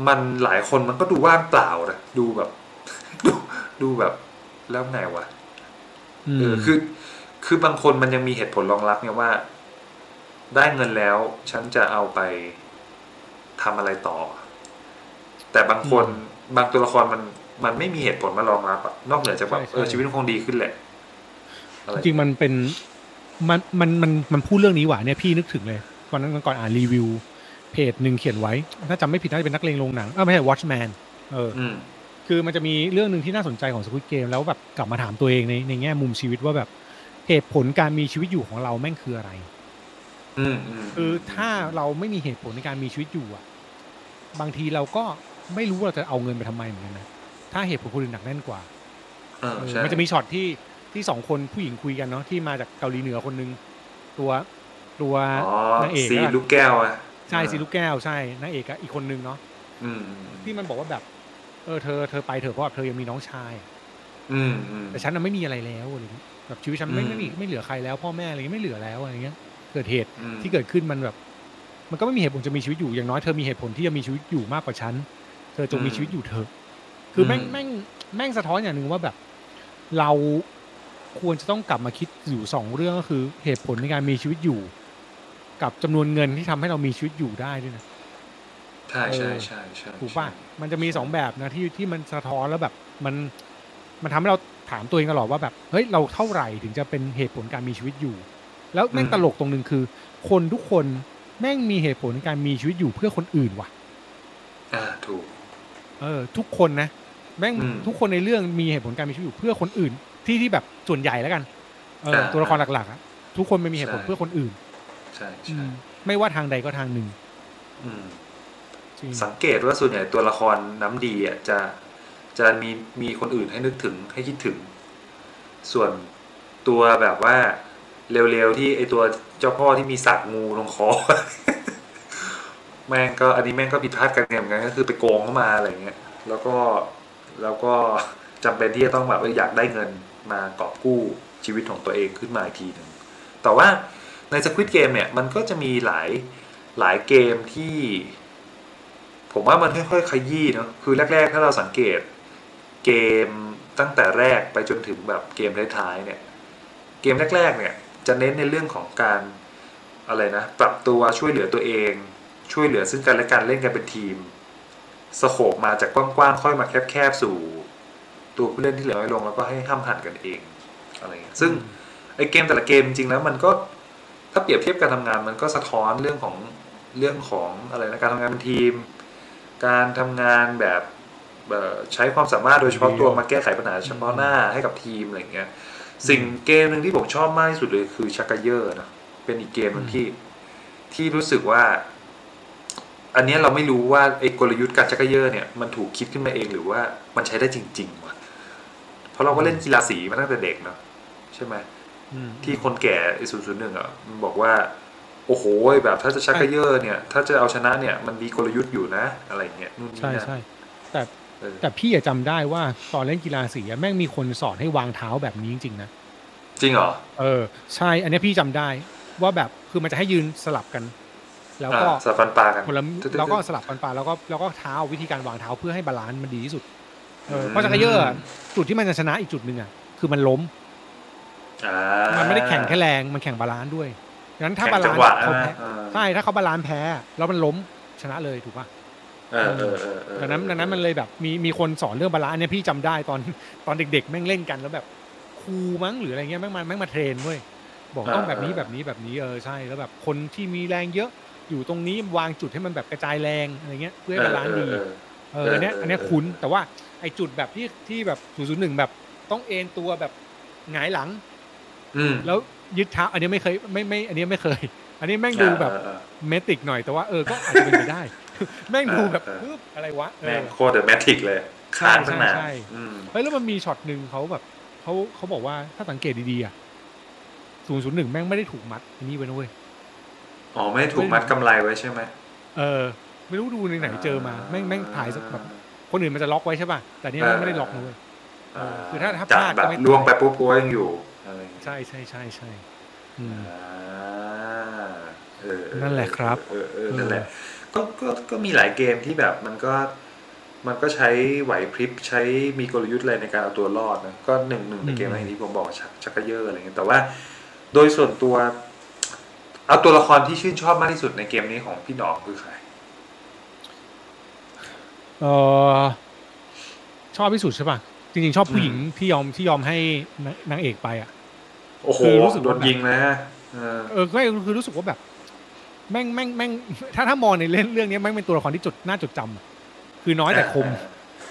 Speaker 3: มันหลายคนมันก็ดูว่างเปล่านะดูแบบ ดูดูแบบแล้วไงวะเออคือ คือบางคนมันยังมีเหตุผลรองรับไงว่า ได้เงินแล้ว ฉันจะเอาไปทำอะไรต่อ แต่บางคน
Speaker 2: อืม
Speaker 3: บางตัวละครมัน มันไม่มีเหตุผลมารองรับอะนอกเหนือจากแบบ
Speaker 2: ใช่ใช่
Speaker 3: เออชีวิตมันคงดีขึ้นแหละอะ
Speaker 2: จ
Speaker 3: ไร
Speaker 2: ริงๆมันเป็นมันมันมันมันพูดเรื่องนี้หว่าเนี่ยพี่นึกถึงเลยวันนั้นวันก่อนอ่านรีวิว เพจหนึ่งเขียนไว้ ถ้าจำไม่ผิดน่าจะเป็นนักเลงโรงหนังเออไม่ใช่ Watchman เออ
Speaker 3: อืม
Speaker 2: คือมันจะมีเรื่องหนึ่งที่น่าสนใจของส u i ตเกมแล้วแบบกลับมาถามตัวเองในในแง่มุมชีวิตว่าแบบเหตุผลการมีชีวิตอยู่ของเราแม่งคืออะไร
Speaker 3: อืมอืม
Speaker 2: คือถ้าเราไม่มีเหตุผลในการมีชีวิตอยู่อะบางทีเราก็ไม่รู้ว่าเราจะเอาเงินไปทำไมเหมือนกันนะถ้าเหตุผลคนอื่นหนักแน่นกว่า
Speaker 3: เออ
Speaker 2: เออ
Speaker 3: ใช่
Speaker 2: มันจะมีช็อตที่ที่สองคนผู้หญิงคุยกันเนาะที่มาจากเกาหลีเหนือคนหนึงตัวตัว
Speaker 3: อ๋อน
Speaker 2: างเอก
Speaker 3: สี
Speaker 2: อะ
Speaker 3: ลูกแก้วอะ
Speaker 2: ใช่สีลูกแก้วใช่นางเอกอะอีกคนนึงเนาะ
Speaker 3: อืม
Speaker 2: ที่มันบอกว่าแบบเออเธอเธอไปเถอะเพราะว่าเธอยังมีน้องชายอะ
Speaker 3: อืมอืม
Speaker 2: แต่ฉันน่ะไม่มีอะไรแล้วอะไรเงี้ยแบบชีวิตฉันไม่
Speaker 3: อืม
Speaker 2: ไม่มีไม่เหลือใครแล้ว พ่อแม่อะไรเงี้ยไม่เหลือแล้วอะไรเงี้ยเกิดเหตุ
Speaker 3: อืม
Speaker 2: ที่เกิดขึ้นมันแบบ มันก็ไม่มีเหตุผลจะมีชีวิตอยู่อย่างน้อยเธอมีเหตุผลที่จะมีชีวิตอยู่มากกว่าฉันเธอจงมีชีวิตอยู่เถอะ คือแม่งแม่งแม่งสะท้อนอย่างหนึ่งว่าแบบ เราควรจะต้องกลับมาคิดอยู่สองเรื่องก็คือเหตุผลในการมีชีวิตอยู่ กับจำนวนเงินที่ทำให้เรามีชีวิตอยู่ได้ด้วยนะ
Speaker 3: ใช่ใช่ใช่ใช่
Speaker 2: ถูกป่ะมันจะมีสองแบบนะที่ที่มันสะท้อนแล้วแบบ มันมันทำให้เราถามตัวเองตลอดว่าแบบเฮ้ยเราเท่าไหร่ถึงจะเป็นเหตุผลการมีชีวิตอยู่ แล้วแม่งตลกตรงหนึ่งคือ คนทุกคนแม่งมีเหตุผลในการมีชีวิตอยู่เพื่อคนอื่นว่ะ
Speaker 3: อ่าถูก
Speaker 2: เออทุกคนนะแม่ง
Speaker 3: อืม
Speaker 2: ทุกคนในเรื่องมีเหตุผลการมีชีวิตอยู่เพื่อคนอื่น ที่ที่แบบส่วนใหญ่แล้วกันเออ
Speaker 3: อ่า
Speaker 2: ตัวละครหลักๆอะทุกคนไม่มีเหตุผล
Speaker 3: ใช่
Speaker 2: เพื่อคนอื่น
Speaker 3: ใช่
Speaker 2: อื
Speaker 3: ใช่
Speaker 2: มไม่ว่าทางใดก็ทางหนึ่ง
Speaker 3: อืม
Speaker 2: จริง
Speaker 3: สังเกตว่าส่วนใหญ่ตัวละครน้ำดีอ่ะจะจะมีมีคนอื่นให้นึกถึงให้คิดถึง ส่วนตัวแบบว่าเร็วๆที่ไอตัวเจ้าพ่อที่มีสักงูลงคอ แม่งก็อันนี้แม่งก็ผิดพลาดกันเหมือนกันก็คือไปโกงเข้ามาอะไรเงี้ยแล้วก็แล้วก็จำเป็นที่จะต้องแบบว่าอยากได้เงินมากอบกู้ชีวิตของตัวเองขึ้นมาอีกทีหนึ่งแต่ว่าในสควิตเกมเนี่ยมันก็จะมีหลายหลายเกมที่ ผมว่ามันค่อยๆขยี้เนอะคือแรก ๆ ถ้าเราสังเกต เกมตั้งแต่แรกไปจนถึงแบบเกมท้ายๆเนี่ย เกมแรก ๆ เนี่ย จะเน้นในเรื่องของการอะไรนะ ปรับตัวช่วยเหลือตัวเอง ช่วยเหลือซึ่งกันและกันเล่นกันเป็นทีมสโคบมาจากกว้างๆค่อยมาแคบๆสู่ ตัวผู้เล่นที่เหลือน้อยลงแล้วก็ให้ห้ามหันกันเองอะไรเงี้ยซึ่ง ไอเกมแต่ละเกมจริงๆแล้วมันก็ถ้าเปรียบเทียบการทำงานมันก็สะท้อนเรื่องของเรื่องของอะไรนะการทำงานเป็นทีม การทำงานแบบเอ่อใช้ความสามารถโดยเฉพาะตัวมาแก้ไขปัญหาเฉพาะหน้าให้กับทีมอะไรอย่างเงี้ย สิ่งเกมหนึ่งที่ผมชอบมากที่สุดเลยคือชักกะเยอร์นะเป็นอีกเกมหนึงที่ที่รู้สึกว่า อันเนี้ยเราไม่รู้ว่าไอ้กลยุทธ์การชักกะเยอร์เนี่ยมันถูกคิดขึ้นมาเองหรือว่ามันใช้ได้จริงๆวะเพราะเราก็เล่นกีฬาสีมาตั้งแต่เด็กเนาะใช่ไหม
Speaker 2: อืม
Speaker 3: ที่คนแก่ศูนย์ศูนย์หนึ่งอ่ะมันบอกว่า โอ้โหแบบถ้าจะชักกระเยอะเนี่ย ถ้าจะเอาชนะเนี่ยมันมีกลยุทธ์อยู่นะ อะไรเงี้ยนู่นนี่
Speaker 2: ใช่
Speaker 3: นั่น
Speaker 2: ใช่แต่
Speaker 3: เออ
Speaker 2: แต่พี่อะจำได้ว่าตอนเล่นกีฬาสีอะแม่งมีคนสอนให้วางเท้าแบบนี้จริงๆนะ
Speaker 3: จริงเหรอ
Speaker 2: เออใช่ อันเนี้ยพี่จำได้ว่าแบบคือมันจะให้ยืนสลับกัน แล้วก็
Speaker 3: อ่าสลับฟันปลากัน
Speaker 2: คนละ
Speaker 3: ตึ๊ดๆ
Speaker 2: แล้วก็สลับกันไปแล้วก็แล้วก็เท้าวิธีการวางเท้าเพื่อให้บาลานซ์มันดีที่สุดเออ
Speaker 3: อืม
Speaker 2: เพราะจักรเยอร์อะจุดที่มันจะชนะอีกจุดหนึ่งอ่ะคือมันล้ม
Speaker 3: อ่า
Speaker 2: มันไม่ได้แข่งแค่แรงมันแข่งบาลานซ์ด้วยงั้นถ้า
Speaker 3: แข่ง
Speaker 2: บา
Speaker 3: จั
Speaker 2: ลาง น
Speaker 3: หวะ
Speaker 2: ซ์เขา
Speaker 3: นะ
Speaker 2: แพ้
Speaker 3: เออ
Speaker 2: ใช่ถ้าเขาบาลานซ์แพ้แล้วมันล้มชนะเลยถูกป่ะ
Speaker 3: เออเออเออเออ
Speaker 2: ดังนั้นดังนั้นมันเลยแบบมีมีคนสอนเรื่องบาลานซ์อันเนี่ยพี่จำได้ตอนตอนเด็ก ๆ แม่งเล่นกันแล้วแบบครูมั้งหรืออะไรเงี้ยแม่งมาแม่งมาเทรนเว้ยบอกต้องแบบนี้แบบนี้แบบนี้เออใช่แล้วแบบคนที่มีแรงเยอะอยู่ตรงนี้วางจุดให้มันแบบกระจายแรงอะไรเงี้ยเพื่อให้บาลานซ์ดี
Speaker 3: เออเออ
Speaker 2: เอออันเนี้ยอันเนี้ย
Speaker 3: เออเออ
Speaker 2: คุ้นแต่ว่าไอจุดแบบที่ที่แบบศูนย์ศูนย์หนึ่งแบบต้องเอนตัวแบบหงายหลัง
Speaker 3: อืม
Speaker 2: แล้วยึดเท้าอันเนี้ยไม่เคยไม่ไม่อันเนี้ยไม่เคย อันนี้แม่งดูแบบ
Speaker 3: เออเออ
Speaker 2: เมติกหน่อยแต่ว่าเออก็อาจจะเป็นไปได้ แม่งดูแบบ
Speaker 3: เออเออ
Speaker 2: ปึ๊บอะไรวะเอ
Speaker 3: แม่
Speaker 2: อ
Speaker 3: งโคตรเดอะแมทริกเลยข้างตั้งนาน
Speaker 2: ใช่ใช่
Speaker 3: อืม
Speaker 2: เฮ้ยแล้วมันมีช็อตหนึ่งเขาแบบเขาเขาบอกว่าถ้าสังเกตดีๆอ่ะศูนย์ศูนย์หนึ่งแม่งไม่ได้ถูกมัดอันนี้ไว้นะเว้ย
Speaker 3: อ๋อไม่ถูกมัดกำไรไว้ใช่ไหม
Speaker 2: เออ ไม่รู้ดูในไหนเจอมาแม่งแม่งถ่ายสักแบบคนอื่นมันจะล็อกไว้ใช่ป่ะ แต่เนี่ยแม่งไม่ได้ล็อกนะเว้ย
Speaker 3: เ
Speaker 2: คือถ้าถ้า
Speaker 3: จับ
Speaker 2: พลาดก็
Speaker 3: แบบ
Speaker 2: ไม่
Speaker 3: ล่วงไปปุ๊บก็ยังอยู่อะไรอย่างเงี้ย
Speaker 2: ใช่ใช่ใช่ใช่อืม
Speaker 3: อ่าเออเออ
Speaker 2: นั่นแหละครับ
Speaker 3: เออเออ
Speaker 2: เออ
Speaker 3: นั่นแหละก็ก็ก็มีหลายเกมที่แบบมันก็มันก็ใช้ไหวพริบใช้มีกลยุทธ์อะไรในการเอาตัวรอดนะก็หนึ่งหนึ่งในเกมอะไรที่ผมบอกชักชักกระเยอะอะไรเงี้ยแต่ว่าโดยส่วนตัว เอาตัวละครที่ชื่นชอบมากที่สุดในเกมนี้ของพี่หนองคือใคร
Speaker 2: เออชอบที่สุดใช่ป่ะ จริงๆ ชอบผู้หญิงที่ยอมที่ยอมให้นางนางเอกไปอ่ะ
Speaker 3: โอ้โห
Speaker 2: คือรู้สึก
Speaker 3: โด
Speaker 2: ว่า
Speaker 3: นยิงนะฮะเออ
Speaker 2: เออก็คือรู้สึกว่าแบบ แม่งแม่งแม่ง ถ้าถ้ามองในเรื่องเรื่องเนี้ยแม่งเป็นตัวละครที่จดน่าจดจำอะคือน้อยแต่คม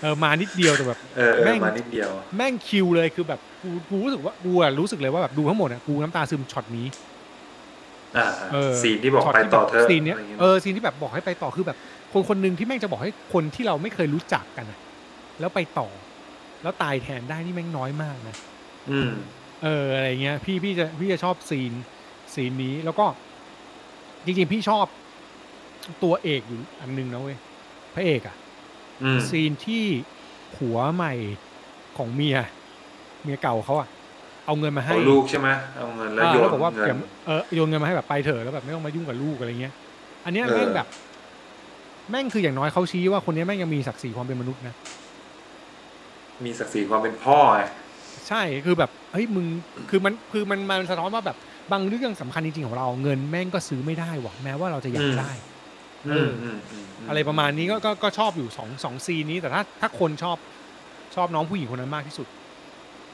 Speaker 2: เออมานิดเดียวแต่แบบ
Speaker 3: เออเออ
Speaker 2: แม่ง
Speaker 3: มานิดเดียว
Speaker 2: แม่งคิวเลยคือแบบกูกูรู้สึกว่ากูอะรู้สึกเลยว่าแบบดูทั้งหมดอะกูน้ำตาซึมช็อตนี้
Speaker 3: อ่า
Speaker 2: เออ
Speaker 3: ซีนที่บอก
Speaker 2: ช็
Speaker 3: ไป
Speaker 2: แบบ
Speaker 3: ต่อเธอะ
Speaker 2: ซีนเนี้ย
Speaker 3: ะไรงี้
Speaker 2: เออซีนที่แบบบอกให้ไปต่อคือแบบ คนคนหนึ่งที่แม่งจะบอกให้คนที่เราไม่เคยรู้จักกันอะแล้วไปต่อ แล้วตายแทนได้นี่แม่งน้อยมากนะ
Speaker 3: อืม
Speaker 2: เอออะไรเงี้ย พี่พี่จะพี่จะชอบซีนซีนนี้แล้วก็จริงๆพี่ชอบตัวเอกอยู่อันหนึงนะเว้ยพระเอกอะ
Speaker 3: อืม
Speaker 2: ซีนที่ผัวใหม่ของเมีย เมียเก่าเขาอะเอาเงินมาให้
Speaker 3: เอาลูกใช่ไหมเอาเงินแล้ว
Speaker 2: อ่า
Speaker 3: โย
Speaker 2: แล้ว
Speaker 3: น
Speaker 2: บอกว่า
Speaker 3: เงิ
Speaker 2: เดี๋ย
Speaker 3: น
Speaker 2: วเออโยนเงินมาให้แบบไปเถอะแล้วแบบไม่ต้องมายุ่งกับลูกอะไรเงี้ย อันเนี้ย
Speaker 3: เออ
Speaker 2: แม่งแบบ แม่งคืออย่างน้อยเขาชี้ว่าคนเนี้ยแม่งยังมีศักดิ์ศรีความเป็นมนุษย์นะ
Speaker 3: มีศักดิ์ศรีความเป็นพ่อไง
Speaker 2: ใช่คือแบบเฮ้ยมึงคือมันคือมันมันสะท้อนว่าแบบบางเรื่องสำคัญจริงๆของเราเงินแม่งก็ซื้อไม่ได้หว่ะแม้ว่าเราจะอยาก
Speaker 3: อืม
Speaker 2: ได้
Speaker 3: อืมมม
Speaker 2: อะไรประมาณนี้ก็ก็ก็ชอบอยู่สองสองซีนนี้แต่ถ้าถ้าคนชอบชอบน้องผู้หญิงคนนั้นมากที่สุด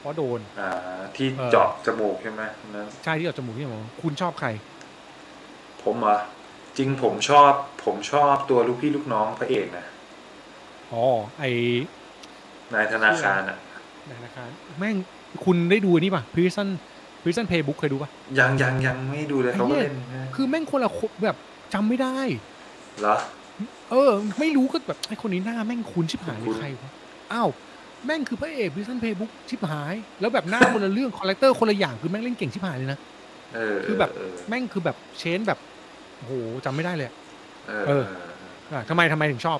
Speaker 2: เพราะโดน
Speaker 3: อ่า ที่
Speaker 2: เออ
Speaker 3: เจาะจมูกใช่ไหมนั้น
Speaker 2: ใช่ที่เอาจมูกที่บอกว่าคุณชอบใคร
Speaker 3: ผมเหรอ่ะจริงผมชอบ ผมชอบตัวลูกพี่ลูกน้องพระเอกนะ
Speaker 2: อ๋อ ไอน
Speaker 3: ายธนาคารอ่ะ
Speaker 2: ธนาคารแม่งคุณได้ดูอันนี่ป่ะ prison prison playbook เคยดูป่ะ
Speaker 3: ยังยังยังไม่ดูเลย
Speaker 2: ไอ้
Speaker 3: เขาก็
Speaker 2: เหี้ย
Speaker 3: เล่นนะ
Speaker 2: คือแม่งคนละคนแบบจำไม่ได้
Speaker 3: เหรอ
Speaker 2: เออ ไม่รู้ก็แบบไอ้คนนี้หน้าแม่งคุ้นชิบหายเล
Speaker 3: คุ้
Speaker 2: ย
Speaker 3: น
Speaker 2: ใครวะอ้าวแม่งคือพระเอก prison playbook ชิบหาย แล้วแบบหน้า คนละเรื่องคาแรคเตอร์คนละอย่างคือแม่งเล่นเก่งชิบหายเลยนะ
Speaker 3: เออ
Speaker 2: คือแบบ
Speaker 3: เออ
Speaker 2: แม่งคือแบบเชนแบบโอ้โหจำไม่ได้เลยอะ
Speaker 3: เออ
Speaker 2: เอ
Speaker 3: เอ
Speaker 2: อ
Speaker 3: อ
Speaker 2: อ่ะทำไมทำไมถึงชอบ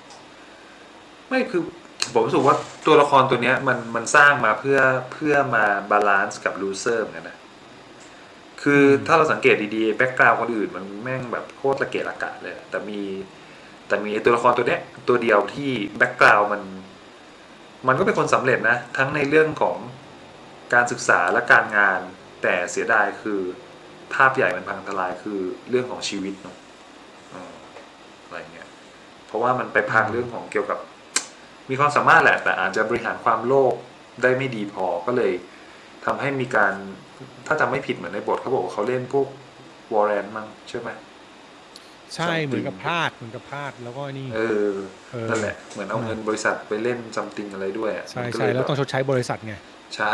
Speaker 3: ไม่คือ ผมรู้สึกว่าตัวละครตัวเนี้ยมันมันสร้างมาเพื่อเพื่อมาบาลานซ์กับลูเซอร์เหมือนกันนะ คือถ้าเราสังเกตดีๆแบ็กกราวคนอื่นมันแม่งแบบโคตรละเกะละกะเลย แต่มีแต่มีไอ้ตัวละครตัวเนี้ยตัวเดียวที่แบ็กกราวมัน มันก็เป็นคนสำเร็จนะ ทั้งในเรื่องของการศึกษาและการงาน แต่เสียดายคือภาพใหญ่มันพังทลายคือเรื่องของชีวิตเนาะอืมอะไรเงี้ยเพราะว่ามันไปพังเรื่องของเกี่ยวกับ มีความสามารถแหละ แต่อาจจะบริหารความโลภได้ไม่ดีพอก็เลยทำให้มีการ ถ้าจำไม่ผิดเหมือนในบทเขาบอกว่าเขาเล่นพวกวอร์เรนมั้งใช่ไหม
Speaker 2: ใช่
Speaker 3: Something
Speaker 2: เหมือนกับพลาดเหมือนกับพลาดแล้วก็นี่
Speaker 3: เออ
Speaker 2: เออ
Speaker 3: นั่นแหละ เหมือนเอาเงินบริษัทไปเล่นซัมติงอะไรด้วยอะ
Speaker 2: ใช่
Speaker 3: มันก็
Speaker 2: ใช่
Speaker 3: เย
Speaker 2: แล้วต้องชดใช้บริษัทไง
Speaker 3: ใช่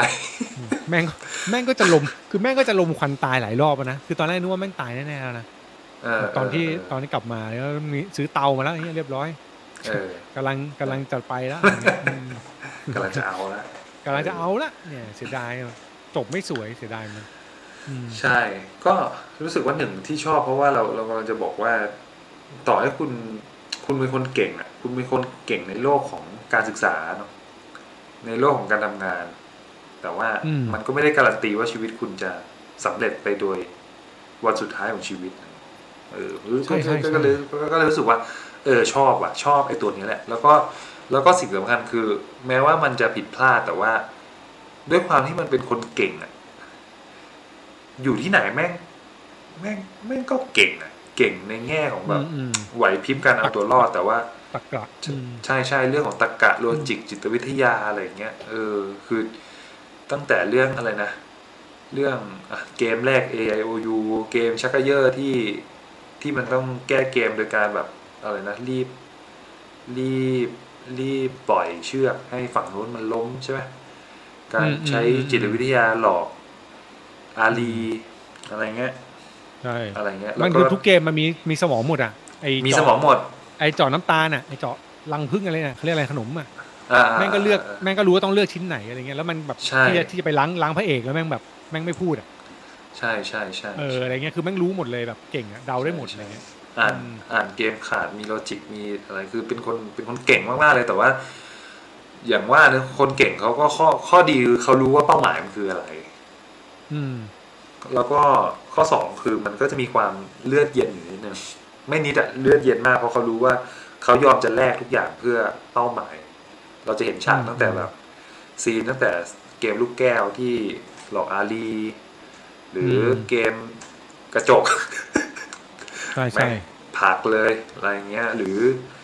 Speaker 2: แม่งแม่งก็จะลม คือแม่งก็จะลมควันตายหลายรอบอะนะ คือตอนแรกนึกว่าแม่งตายแน่ๆแล้วนะ
Speaker 3: เออ
Speaker 2: ตอนที่
Speaker 3: เ
Speaker 2: ตอนที่กลับมาแล้วมีซื้อเตามาแล้วอย่างเงี้ยเรียบร้อย
Speaker 3: เออก
Speaker 2: ำลังกำลังจะไปแล้วอืม
Speaker 3: กำลังจะเอาละ
Speaker 2: กำลังจะเอาละเนี่ยเสียดายจบไม่สวยเสียดายมันอืม
Speaker 3: ใช่ ก็รู้สึกว่าหนึ่งที่ชอบเพราะว่าเราเรากำลังจะบอกว่า ต่อให้คุณคุณเป็นคนเก่งอ่ะ คุณเป็นคนเก่งในโลกของการศึกษาเนาะในโลกของการทำงาน แต่ว่ามันก็ไม่ได้การันตีว่าชีวิตคุณจะสำเร็จไปโดยวันสุดท้ายของชีวิตนะเออก็ก็ก็ก็เลยก็เลยรู้สึกว่า เออชอบอ่ะ ชอบไอ้ตัวนี้แหละ แล้วก็แล้วก็สิ่งสำคัญคือ แม้ว่ามันจะผิดพลาดแต่ว่า ด้วยความที่มันเป็นคนเก่งอ่ะ อยู่ที่ไหนแม่ง แม่งแม่งก็เก่งอ่ะ เก่งในแง่ของแบ
Speaker 2: อื
Speaker 3: บ
Speaker 2: มอืม
Speaker 3: ไหวพริบการเอาตัวรอดแต่ว่า
Speaker 2: ตะกระอืม
Speaker 3: ใช่ใช่เรื่องของตรรกะโลจิกจิตวิทยาอะไรอย่างเงี้ยเออคือตั้งแต่เรื่องอะไรนะ เรื่องอะเกมแรก A I O U เกมชักเกยอร์ที่ที่มันต้องแก้เกมโดยการแบบอะไรนะ รีบ รีบ รีบปล่อยเชือกให้ฝั่งนู้นมันล้มใช่ไหมการ
Speaker 2: อืม
Speaker 3: ใช้
Speaker 2: อืม
Speaker 3: จิตวิทยาหลอกอารีอะไรเงี้ย
Speaker 2: ใช่
Speaker 3: อะไรเงี้ย
Speaker 2: มัน
Speaker 3: แล้ว
Speaker 2: คือ
Speaker 3: ก็
Speaker 2: ทุกเกมมันมีมีสมองหมดอ่ะไอ
Speaker 3: มี
Speaker 2: เจาะ
Speaker 3: สมองหมด
Speaker 2: ไอเจาะน้ำตาลอ่ะไอเจาะรังผึ้งอะไรน่ะเขาเรียกอะไรขนมอ่ะ
Speaker 3: อ่า
Speaker 2: แม่งก็เลือกแม่งก็รู้ว่าต้องเลือกชิ้นไหนอะไรเงี้ยแล้วมันแบบ
Speaker 3: ใช่
Speaker 2: ที่จะที่จะไปล้างล้างพระเอกแล้วแม่งแบบแม่งไม่พูดอ่ะ
Speaker 3: ใช่ใช่ใช่
Speaker 2: เอออะไรเงี้ยคือแม่งรู้หมดเลยแบบเก่งอ่ะเดาได้หมดอะไรเงี้ย
Speaker 3: อ่าน
Speaker 2: อืม
Speaker 3: อ่านเกมขาดมีโลจิกมีอะไรคือเป็นคนเป็นคนเก่งมากๆเลยแต่ว่า อย่างว่านะคนเก่งเขาก็ข้อข้อดีคือเขารู้ว่าเป้าหมายมันคืออะไร
Speaker 2: อืม
Speaker 3: แล้วก็ข้อสองคือมันก็จะมีความเลือดเย็นอยู่นิดนึงไม่นิดอะเลือดเย็นมากเพราะเขารู้ว่าเขายอมจะแลกทุกอย่างเพื่อเป้าหมาย เราจะเห็นฉาก
Speaker 2: อืม
Speaker 3: ตั้งแต่แบบซีนตั้งแต่เกมลูกแก้วที่หลอกอาลีหรืออเกมกระจก
Speaker 2: ใช่ใช่
Speaker 3: ผลักเลยอะไรอย่างเงี้ย หรือ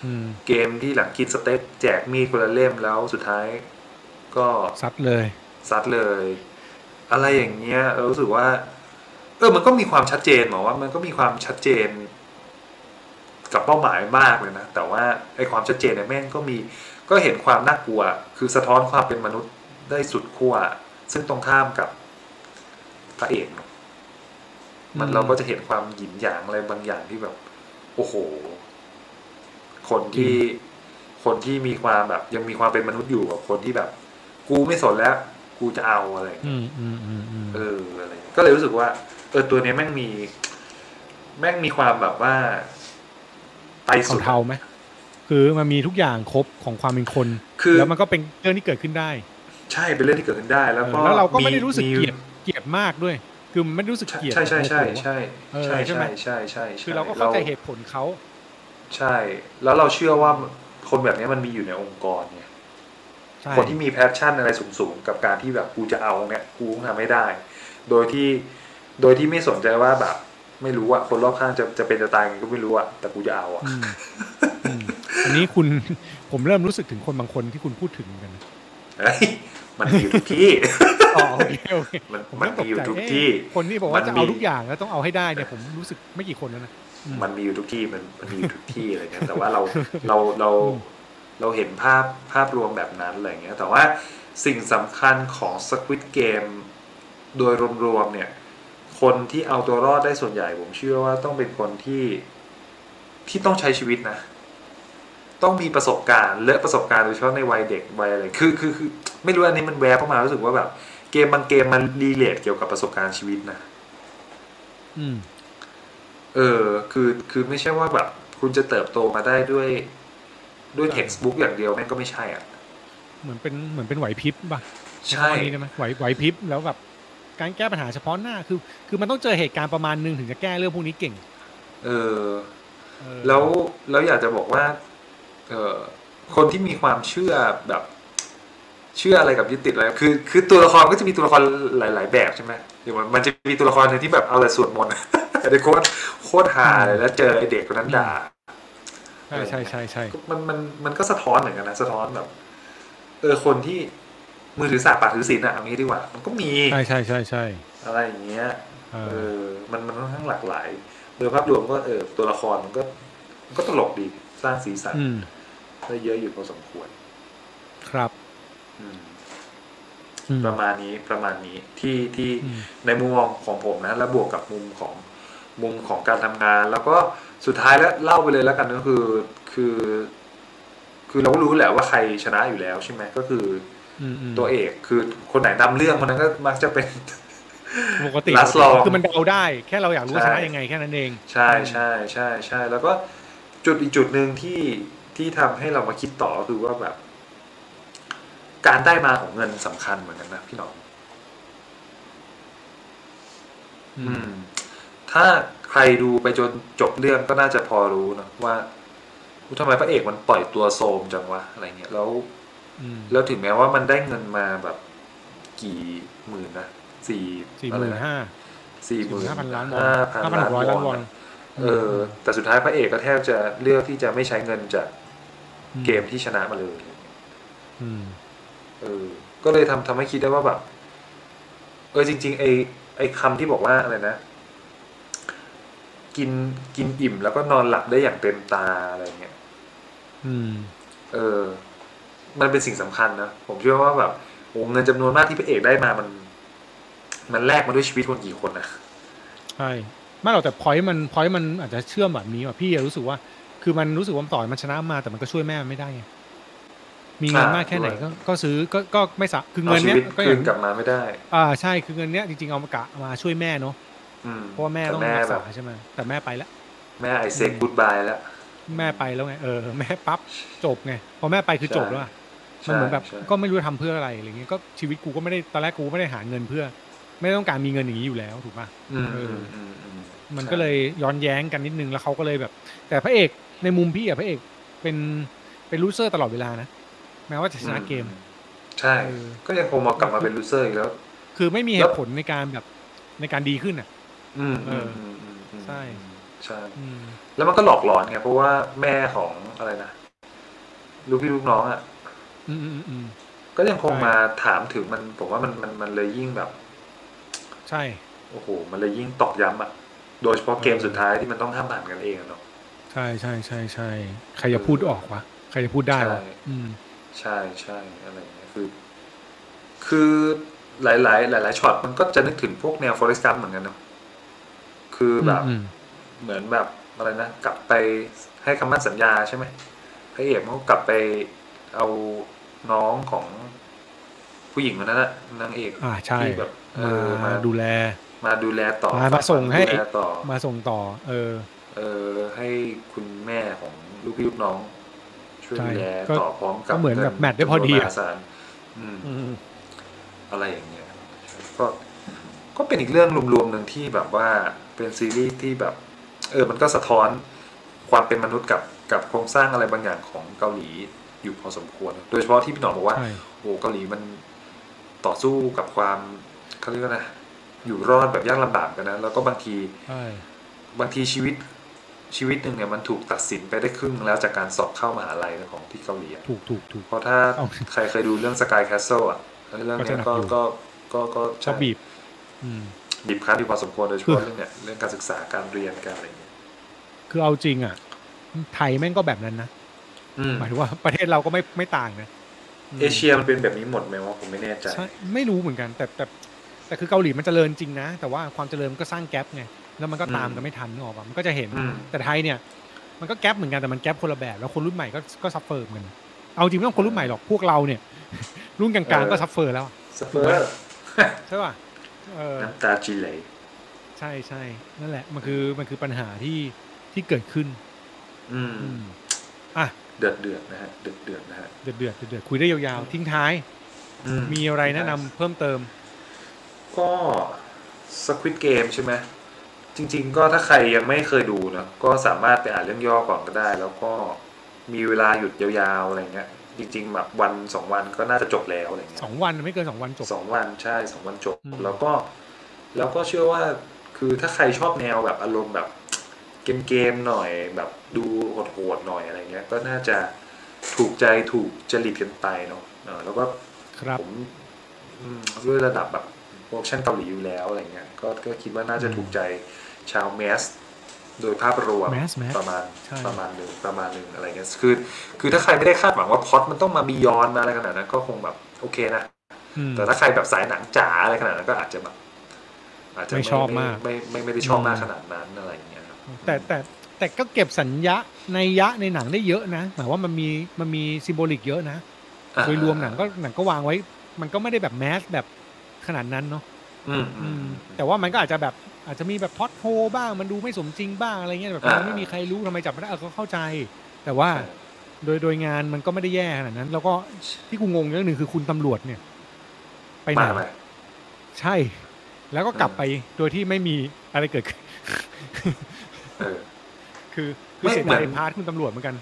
Speaker 2: อืม
Speaker 3: เกมที่หลังกินสเต็กแจกมีดคนละเล่มแล้วสุดท้าย ก็
Speaker 2: ซัดเลย
Speaker 3: ซัดเลย อะไรอย่างเงี้ยเรารู้สึกว่า เออมันก็มีความชัดเจนหมอว่า มันก็มีความชัดเจน กับเป้าหมายมากเลยนะแต่ว่าไอความชัดเจนเนี่ยแม่งก็มี ก็เห็นความน่ากลัว คือสะท้อนความเป็นมนุษย์ได้สุดขั้วซึ่งตรงข้ามกับพระเอกเนอะมัน
Speaker 2: อืม
Speaker 3: เราก็จะเห็นความหยินหยางอะไรบางอย่างที่แบบ โอ้โห คนที่ คนที่มีความแบบ ยังมีความเป็นมนุษย์อยู่กับคนที่แบบ กูไม่สนแล้ว กูจะเอาอะไรอย่างเงี้ย
Speaker 2: อืมอืมอืมอืม
Speaker 3: เอออะไรเงี้ยก็เลยรู้สึกว่า เออตัวเนี้ยแม่งมี แม่งมีความแบบว่า ไป
Speaker 2: ของ
Speaker 3: สุด
Speaker 2: เทาไหมคือมันมีทุกอย่างครบของความเป็นคน
Speaker 3: คือ
Speaker 2: แล้วมันก็เป็นเรื่องที่เกิดขึ้นได้
Speaker 3: ใช่เป็นเรื่องที่เกิดขึ้นได้
Speaker 2: เอ
Speaker 3: แล้ว
Speaker 2: อ
Speaker 3: ก็
Speaker 2: แล้วเราก็ไม่ได้รู้สึกเกลียด
Speaker 3: มี
Speaker 2: เกลียดมากด้วย คือมันไม่ได้รู้สึกเกลียด
Speaker 3: ใช่ใช่ใช่
Speaker 2: โอ้โห
Speaker 3: ใช่
Speaker 2: เออ
Speaker 3: ใช่
Speaker 2: ใช่ไหม
Speaker 3: ใช่ใช่ใช่
Speaker 2: คือเราก็เข้าใจเหตุผลเขา
Speaker 3: ใช่ แล้วเราเชื่อว่าคนแบบเนี้ยมันมีอยู่ในองค์กรเนี่ย
Speaker 2: ใช่
Speaker 3: คนที่มีแพชชั่นอะไรสูงๆ กับการที่แบบกูจะเอาเนี่ยกูต้องทำให้ได้ โดยที่โดยที่ไม่สนใจว่าแบบ ไม่รู้อะคนรอบข้างจะจะเป็นจะตายไงก็ไม่รู้อะแต่กูจะเอาอะ
Speaker 2: อืมอืมอันนี้คุณ ผมเริ่มรู้สึกถึงคนบางคนที่คุณพูดถึงเหมือนกัน
Speaker 3: เฮ้ยมันมีอยู่ทุกที่
Speaker 2: อ๋ อโอเคโอเค
Speaker 3: มัน
Speaker 2: ผม
Speaker 3: มัน
Speaker 2: เริ่มต
Speaker 3: มี
Speaker 2: ก
Speaker 3: อยู่
Speaker 2: ใจ
Speaker 3: ทุก
Speaker 2: เอ๊ะ
Speaker 3: ที่
Speaker 2: คนที่บอกว่าจะเอา
Speaker 3: มันมี
Speaker 2: ทุกอย่างแล้วต้องเอาให้ได้เนี่ยผมรู้สึกไม่กี่คนแล้วนะอืม
Speaker 3: มันมีอยู่ทุกที่มันมันมีอยู่ทุกที่อะไรเงี้ยแต่ว่าเราเราเราเราเห็นภาพภาพรวมแบบนั้นอะไรเงี้ย แต่ว่าสิ่งสำคัญของ Squid Game โดยรวมๆเนี่ย คนที่เอาตัวรอดได้ส่วนใหญ่ผมเชื่อว่าต้องเป็นคนที่ที่ต้องใช้ชีวิตนะ ต้องมีประสบการณ์และประสบการณ์โดยเฉพาะในวัยเด็กวัยอะไรคือคือคือไม่รู้อันนี้มันแวบเข้ามารู้สึกว่าแบบ เกมบางเกมมันรีเลทเกี่ยวกับประสบการณ์ชีวิตนะ
Speaker 2: อืม
Speaker 3: เออ คือ คือไม่ใช่ว่าแบบ คุณจะเติบโตมาได้ด้วย ด้วย
Speaker 2: ใช่
Speaker 3: เท็กซ์บุ๊กอย่างเดียวแม่งก็ไม่ใช่อ่ะ
Speaker 2: เหมือนเป็นเหมือนเป็นไหวพริบป่ะ
Speaker 3: ใช่
Speaker 2: ข้อนี้ได้ไหมไหวไหวพริบแล้วแบบการแก้ปัญหาเฉพาะหน้าคือ คือมันต้องเจอเหตุการณ์ประมาณหนึงถึงจะแก้เรื่องพวกนี้เก่ง
Speaker 3: เออ
Speaker 2: เออ
Speaker 3: แล้ว แล้วอยากจะบอกว่า เออคนที่มีความเชื่อแบบ เชื่ออะไรกับยึดติดอะไร คือ คือตัวละครก็จะมีตัวละครหลาย ๆ แบบใช่ไหมอย่างมันมันจะมีตัวละครหนึ่งที่แบบเอาแต่สวดมนต์ แต่ในโคตรโคตรฮาเลยแล้วเจอไอเด็กคนนั้นด่า
Speaker 2: ใช่ใช่ใช่ใช่
Speaker 3: มันมันมันก็สะท้อนเหมือนกันนะสะท้อนแบบ เออคนที่มือถือสาปากถือศีลอะเอางี้ดีกว่า มันก็มี
Speaker 2: ใช่ใช่ใช่ใช่
Speaker 3: อะไรอย่างเงี้ย
Speaker 2: เอ
Speaker 3: เอ
Speaker 2: อ
Speaker 3: อมันมันค่อนข้างหลากหลายโดยภาพรวมก็เออตัวละครมันก็มันก็ตลกดีสร้างสีสัน
Speaker 2: อืม
Speaker 3: ได้เยอะอยู่พอสมควร
Speaker 2: ครับ
Speaker 3: อืม
Speaker 2: อืม
Speaker 3: ประมาณนี้ประมาณนี้ที่ที่
Speaker 2: อืม
Speaker 3: ในมุมมองของผมนะ แล้วบวกกับมุมของมุมของการทำงาน แล้วก็สุดท้ายแล้วเล่าไปเลยแล้วกันก็คือคือ คือเราก็รู้แหละว่าใครชนะอยู่แล้วใช่ไหมก็คือ
Speaker 2: อืมอืม
Speaker 3: ตัวเอกคือคนไหนนำเรื่องคนนั้นก็มักจะเป็น
Speaker 2: ปกติ
Speaker 3: last long
Speaker 2: คือมันเดาได้ แค่เราอยากรู้ว่าชนะ
Speaker 3: ใช่
Speaker 2: ยังไงแค่นั้นเอง
Speaker 3: ใช่ใช่ใช่ใช่แล้วก็จุดอีกจุดหนึ่งที่ที่ทำให้เรามาคิดต่อก็คือว่าแบบ การได้มาของเงินสำคัญเหมือนกันนะพี่หน้อง
Speaker 2: อื
Speaker 3: อื
Speaker 2: ม
Speaker 3: ม ถ้าใครดูไปจนจบเรื่องก็น่าจะพอรู้นะว่าอุ๊ยทำไมพระเอกมันปล่อยตัวโซมจังวะอะไรเงี้ยแล้ว
Speaker 2: อืม
Speaker 3: แล้วถึงแม้ว่ามันได้เงินมาแบบกี่หมื่นนะสี่
Speaker 2: สี่ห
Speaker 3: อะไร
Speaker 2: มื่น
Speaker 3: นะ
Speaker 2: ห้า
Speaker 3: สี่หมื่น
Speaker 2: ห้าพันล้านวอน
Speaker 3: ห้าพัน
Speaker 2: ห้าพันหกร้อยล้านวอน
Speaker 3: เออ แต่สุดท้ายพระเอกก็แทบจะเลือกที่จะไม่ใช้เงินจาก เกมที่ชนะมาเลย
Speaker 2: อืม
Speaker 3: เออ ก็เลยทำทำให้คิดได้ว่าแบบ เออจริง ๆ ไอไอคำที่บอกว่าอะไรนะ กินกินอิ่มแล้วก็นอนหลับได้อย่างเต็มตาอะไรเงี้ย
Speaker 2: อืม
Speaker 3: เออ มันเป็นสิ่งสำคัญนะ ผมเชื่อว่าแบบโอ้เงินจำนวนมากที่พระเอกได้มามัน มันแลกมาด้วยชีวิตคนกี่คนนะ
Speaker 2: ใช่ไม่หรอกแต่พอยมันพอยมันอาจจะเชื่อมแบบนี้ว่ะพี่อะรู้สึกว่า คือมันรู้สึกว่ามันต่อยมันชนะมาแต่มันก็ช่วยแม่มันไม่ได้ไงมีเงิน
Speaker 3: อ่าม
Speaker 2: มากแค่ไหน
Speaker 3: ด้วย
Speaker 2: ก็ก็ซื้อก็ก็ไม่สะคือ
Speaker 3: เอา
Speaker 2: เงิน
Speaker 3: ชี
Speaker 2: เนี้ย
Speaker 3: วิต
Speaker 2: ก็อ
Speaker 3: คื
Speaker 2: ย่าน ง
Speaker 3: กลับมาไม่ได้
Speaker 2: อ่าใช่คือเงินเนี้ยจริงๆเอามากะมาช่วยแม่เนาะ
Speaker 3: อืม
Speaker 2: เพราะว่าแม่ต้อง
Speaker 3: แม่
Speaker 2: รัก
Speaker 3: แบ
Speaker 2: ษา
Speaker 3: บ
Speaker 2: ใช่ไหมแต่แม่ไปแล้ว
Speaker 3: แม่ไอเซ็กกูดบายแล้ว
Speaker 2: แม่ไปแล้วไงเอ อแม่ปั๊บจบไงพอแม่ไปคือจบแล้วอะมันเหมือนแบบ
Speaker 3: ใช่ใช่
Speaker 2: ก็ไม่รู้จะทำเพื่ออะไรอะไรเงี้ยก็ชีวิตกูก็ไม่ได้ตอนแรกกูไม่ได้หาเงินเพื่อ ไม่ต้องการมีเงินอย่างนี้อยู่แล้วถูกป่ะ
Speaker 3: อืม
Speaker 2: เอออื
Speaker 3: มอืมอืม
Speaker 2: มัน
Speaker 3: ใช่
Speaker 2: ก็เลยย้อนแย้งกันนิดนึงแล้วเขาก็เลยแบบ แต่พระเอกในมุมพี่อะพระเอกเป็นเป็นลูเซอร์ตลอดเวลานะแม้ว่าจะชนะเกม
Speaker 3: ใช่
Speaker 2: เออ
Speaker 3: ก็ยังคงมากลับมาเป็นลูเซอร์อีกแล้ว
Speaker 2: คือไม่มีเหตุผลในการแบบในการดีขึ้นอ่ะ
Speaker 3: อืม
Speaker 2: เอออื
Speaker 3: มมอืม
Speaker 2: ใช่
Speaker 3: ใช่
Speaker 2: อืม
Speaker 3: แล้วมันก็หลอกหลอนไงเพราะว่าแม่ของอะไรนะลูกพี่ลูกน้องอ่ะ
Speaker 2: อืมอืมอืม
Speaker 3: ก็ยังคง
Speaker 2: ใช่
Speaker 3: มาถามถึงมัน ผมว่ามันมันมันเลยยิ่งแบบ
Speaker 2: ใช่
Speaker 3: โอ้โห มันเลยยิ่งตอกย้ำอ่ะ โดยเฉพาะเกมสุดท้ายที่มันต้องห้ามผ่านกันเองอะเนาะ
Speaker 2: ใช่ใช่ใช่ใช่ใครจะพูดออกวะใครจะพูดได้วะ
Speaker 3: ใช่
Speaker 2: อืม
Speaker 3: ใช่ใช่อะไรอย่างเงี้ยคือ คือหลายหลายหลายหลายๆช็อตมันก็จะนึกถึงพวกแนวฟอเรสต์กัมเหมือนกันเนาะคือแบบ
Speaker 2: อืม
Speaker 3: เหมือนแบบอะไรนะกลับไปให้คำมั่นสัญญาใช่ไหมพระเอกมันก็กลับไปเอาน้องของผู้หญิงคนนั้นนะนางเอก
Speaker 2: อ่าใช่
Speaker 3: ที่แบบเอ
Speaker 2: มา
Speaker 3: อมา
Speaker 2: ดูแล
Speaker 3: มาดูแลต่อ
Speaker 2: มามาส่งให้
Speaker 3: ดูแลต่อ
Speaker 2: มาส่งต่อ เออ
Speaker 3: เออให้คุณแม่ของลูกพี่ลูกน้องช่วยดูแลต่อพร้อมกับ
Speaker 2: ก็เหมือนแบบแมทได้พอดี
Speaker 3: จำนวนม
Speaker 2: อะ
Speaker 3: หาศาลอืม
Speaker 2: อืม
Speaker 3: อะไรอย่างเงี้ย ก็ ก็เป็นอีกเรื่องรวมๆหนึ่งที่แบบว่าเป็นซีรีส์ที่แบบ เออ มันก็สะท้อนความเป็นมนุษย์กับกับโครงสร้างอะไรบางอย่างของเกาหลีอยู่พอสมควร โดยเฉพาะที่พี่หนอมบอกว่า
Speaker 2: ใช่
Speaker 3: โอ้เกาหลีมันต่อสู้กับความเขาเรียกว่านะ อยู่รอดแบบยากลำบากกันนะ แล้วก็บางที
Speaker 2: ใช่
Speaker 3: บางทีชีวิต ชีวิตหนึ่งเนี่ยมันถูกตัดสินไปได้ครึ่งแล้วจากการสอบเข้ามหาลัยของที่เกาหลีอะ
Speaker 2: ถูกถูกถูก
Speaker 3: เพราะถ้า
Speaker 2: เอา
Speaker 3: ใครเคยดูเรื่อง Sky Castle อ่ะเรื่องเนี้ยก็
Speaker 2: ก็จะหนักอยู่
Speaker 3: ก็ก็ก็
Speaker 2: ชอบบีบ อืม
Speaker 3: บีบคั้นอยู่พอสมควรโดยเฉ
Speaker 2: คือ
Speaker 3: พาะเรื่องเนี้ยเรื่องการศึกษาการเรียนการอะไรอย่างเงี้ย
Speaker 2: คือเอาจริงอ่ะ ไทยแม่งก็แบบนั้นนะ
Speaker 3: อืม
Speaker 2: หมายถึงว่า ประเทศเราก็ไม่ไม่ต่างนะม
Speaker 3: เอเชียมันเป็นแบบนี้หมดไหมวะผมไม่แน่ใจ
Speaker 2: ใช่ไม่รู้เหมือนกัน แต่แต่แต่คือเกาหลีมันเจริญจริงนะ แต่ว่าความเจริญมันก็สร้างแกลบไงแล้วมันก็ตามกันไม่ทันนึกออกปะมันก็จะเห็น
Speaker 3: อืม
Speaker 2: แต่ไทยเนี่ย มันก็แกลบเหมือนกันแต่มันแกลบคนละแบบ แล้วคนรุ่นใหม่ก็ก็ซัฟเฟอร์เหมือนกันเอาจริงไม่ต้องคนรุ่นใหม่หรอกพวกเราเนี่ย รุ่นกลางๆก็ซัฟเฟอร์แล้วอะ
Speaker 3: สเปอร์
Speaker 2: ใช่ป่ะเออ
Speaker 3: น้ำตาจีไหล
Speaker 2: ใช่ใช่นั่นแหละมันคือมันคือปัญหาที่ที่เกิดขึ้น
Speaker 3: อืม
Speaker 2: อืมอ่ะ
Speaker 3: เดือดเดือดนะฮะเดือดเดือดนะฮะ
Speaker 2: เดือดเดือดเดือดๆคุยได้ยาวๆทิ้งท้าย
Speaker 3: อื
Speaker 2: มีอะไรแนะนำเพิ่มเติม
Speaker 3: ก็สควิตเกมใช่ไหมจริง ๆ ก็ถ้าใครยังไม่เคยดูนะก็สามารถไปอ่านเรื่องย่อก่อนก็ได้ แล้วก็มีเวลาหยุดยาวๆอะไรเงี้ย จริง ๆ แบบวันสองวันก็น่าจะจบแล้วอะไรเงี้ย
Speaker 2: สองวันไม่เกินสองวันจบ
Speaker 3: สองวันใช่สองวันจบ
Speaker 2: อืม
Speaker 3: แล้วก็ แล้วก็เชื่อว่าคือถ้าใครชอบแนวแบบอารมณ์แบบเกมเกมๆหน่อยแบบดูโหดๆหน่อยอะไรเงี้ย ก็น่าจะถูกใจถูกจริตกันไปเนาะเออแล้วก็
Speaker 2: ครับ
Speaker 3: ผมอืมด้วยระดับแบบโปรดักชั่นเกาหลีอยู่แล้วอะไรเงี้ยก็ก็คิดว่าน่าจะถูกใจชาวแมส โดยภาพรวม
Speaker 2: แมสแมส
Speaker 3: ประมาณ
Speaker 2: ใช่
Speaker 3: ประมาณหนึ่งประมาณหนึ่งอะไรเงี้ยคือ คือถ้าใครไม่ได้คาดหวังว่าพล็อตมันต้องมาบียอนมาอะไรขนาดนั้นก็คงแบบโอเคนะ
Speaker 2: อืม
Speaker 3: แต่ถ้าใครแบบสายหนังจ๋าอะไรขนาดนั้นก็อาจจะแบบอาจจะ
Speaker 2: ไม่ชอบมาก
Speaker 3: ไม่ไม่ไม่ได้ชอบมากขนาดนั้นอะไรอย่างเงี้ยครับ
Speaker 2: แต่แต่แต่ก็เก็บสัญญะในยยะในหนังได้เยอะนะหมายว่ามันมีมันมีซิมโบลิกเยอะนะ โดยรวมหนังก็หนังก็วางไว้ มันก็ไม่ได้แบบแมสแบบขนาดนั้นเนาะ
Speaker 3: อืมอืม
Speaker 2: แต่ว่ามันก็อาจจะแบบอาจจะมีแบบพล็อตโฮบ้างมันดูไม่สมจริงบ้างอะไรเงี้ยแบบ
Speaker 3: อ่า
Speaker 2: เราไม่มีใครรู้ทำไมจับไม่ได้เออก็เข้าใจ แต่ว่า
Speaker 3: ใช่
Speaker 2: โดยโดยงานมันก็ไม่ได้แย่ขนาดนั้น แล้วก็ที่กูงงเรื่องหนึ่งคือคุณตำรวจเนี่ย ไปไหน
Speaker 3: มาไหม
Speaker 2: ใช่ แล้วก็กลับ
Speaker 3: เออ
Speaker 2: ไปโดยที่ไม่มีอะไรเกิดขึ้น
Speaker 3: เออ
Speaker 2: คือคือ
Speaker 3: ไม่
Speaker 2: เสีย
Speaker 3: เหมือ
Speaker 2: ดาน ยพาร์ทคุณตำรวจเหมือนกัน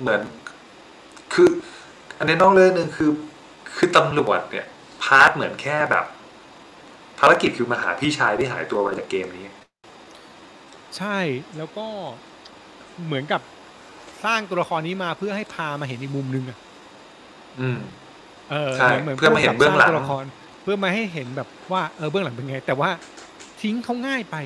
Speaker 3: เหมือนคือ อันนี้นอกเรื่องหนึ่งคือ คือตำรวจเนี่ย พาร์ทเหมือนแค่แบบ ภารกิจคือมาหาพี่ชายที่หายตัวไปจากเกมนี้
Speaker 2: ใช่แล้วก็เหมือนกับสร้างตัวละครนี้มาเพื่อให้พามาเห็นอีกมุมหนึงอะ
Speaker 3: อืม
Speaker 2: เออ
Speaker 3: ใช่
Speaker 2: เหมือน
Speaker 3: เพื่อมาเห็นเบื้องหลัง
Speaker 2: สร้าตัวละคร เพื่อมาให้เห็นแบบว่าเออเบื้องหลังเป็นไง แต่ว่าทิ้งเขาง่ายไป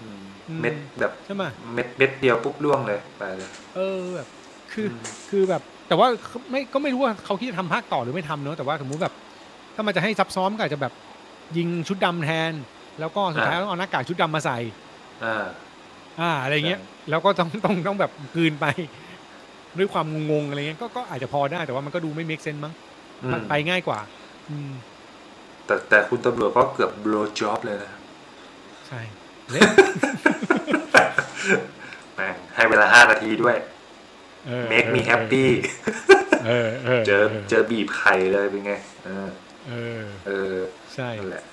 Speaker 2: อืม
Speaker 3: เม็ดแบบ
Speaker 2: ใช่ไหม
Speaker 3: เม็ดเม็ดเดียวปุ๊บล่วงเลยไปเลย
Speaker 2: เออแบบคืออ
Speaker 3: ม
Speaker 2: คือแบบ แต่ว่าไม่ก็ไม่รู้ว่าเขาคิดจะทำภาคต่อหรือไม่ทำเนอะแต่ว่าสมมุติแบบ ถ้ามันจะให้ซับซ้อนก็อาจจะแบบยิงชุดดำแทน แล้วก็สุดท้ายต้องเอาหน้ากากชุดดำมาใส่
Speaker 3: อ่า
Speaker 2: อ่าอะไรเงี้ย
Speaker 3: ใช่
Speaker 2: แล้วก็ต้อง ต้องต้องแบบกลืนไป ด้วยความงงๆอะไรเงี้ยก็ก็อาจจะพอได้แต่ว่ามันก็ดูไม่ make sense มั้ง
Speaker 3: อืม
Speaker 2: ไปง่ายกว่า อืม
Speaker 3: แต่แต่คุณตำรวจก็เกือบ blow job เลยนะ
Speaker 2: ใช่เละ
Speaker 3: แม่งให้เวลาห้านาทีด้วย
Speaker 2: เออ
Speaker 3: make me happy
Speaker 2: เออเออ
Speaker 3: เจอเจอบีบไข่เลยเป็นไงเออ
Speaker 2: เออ
Speaker 3: เออ
Speaker 2: ใช่
Speaker 3: นั่นแหละ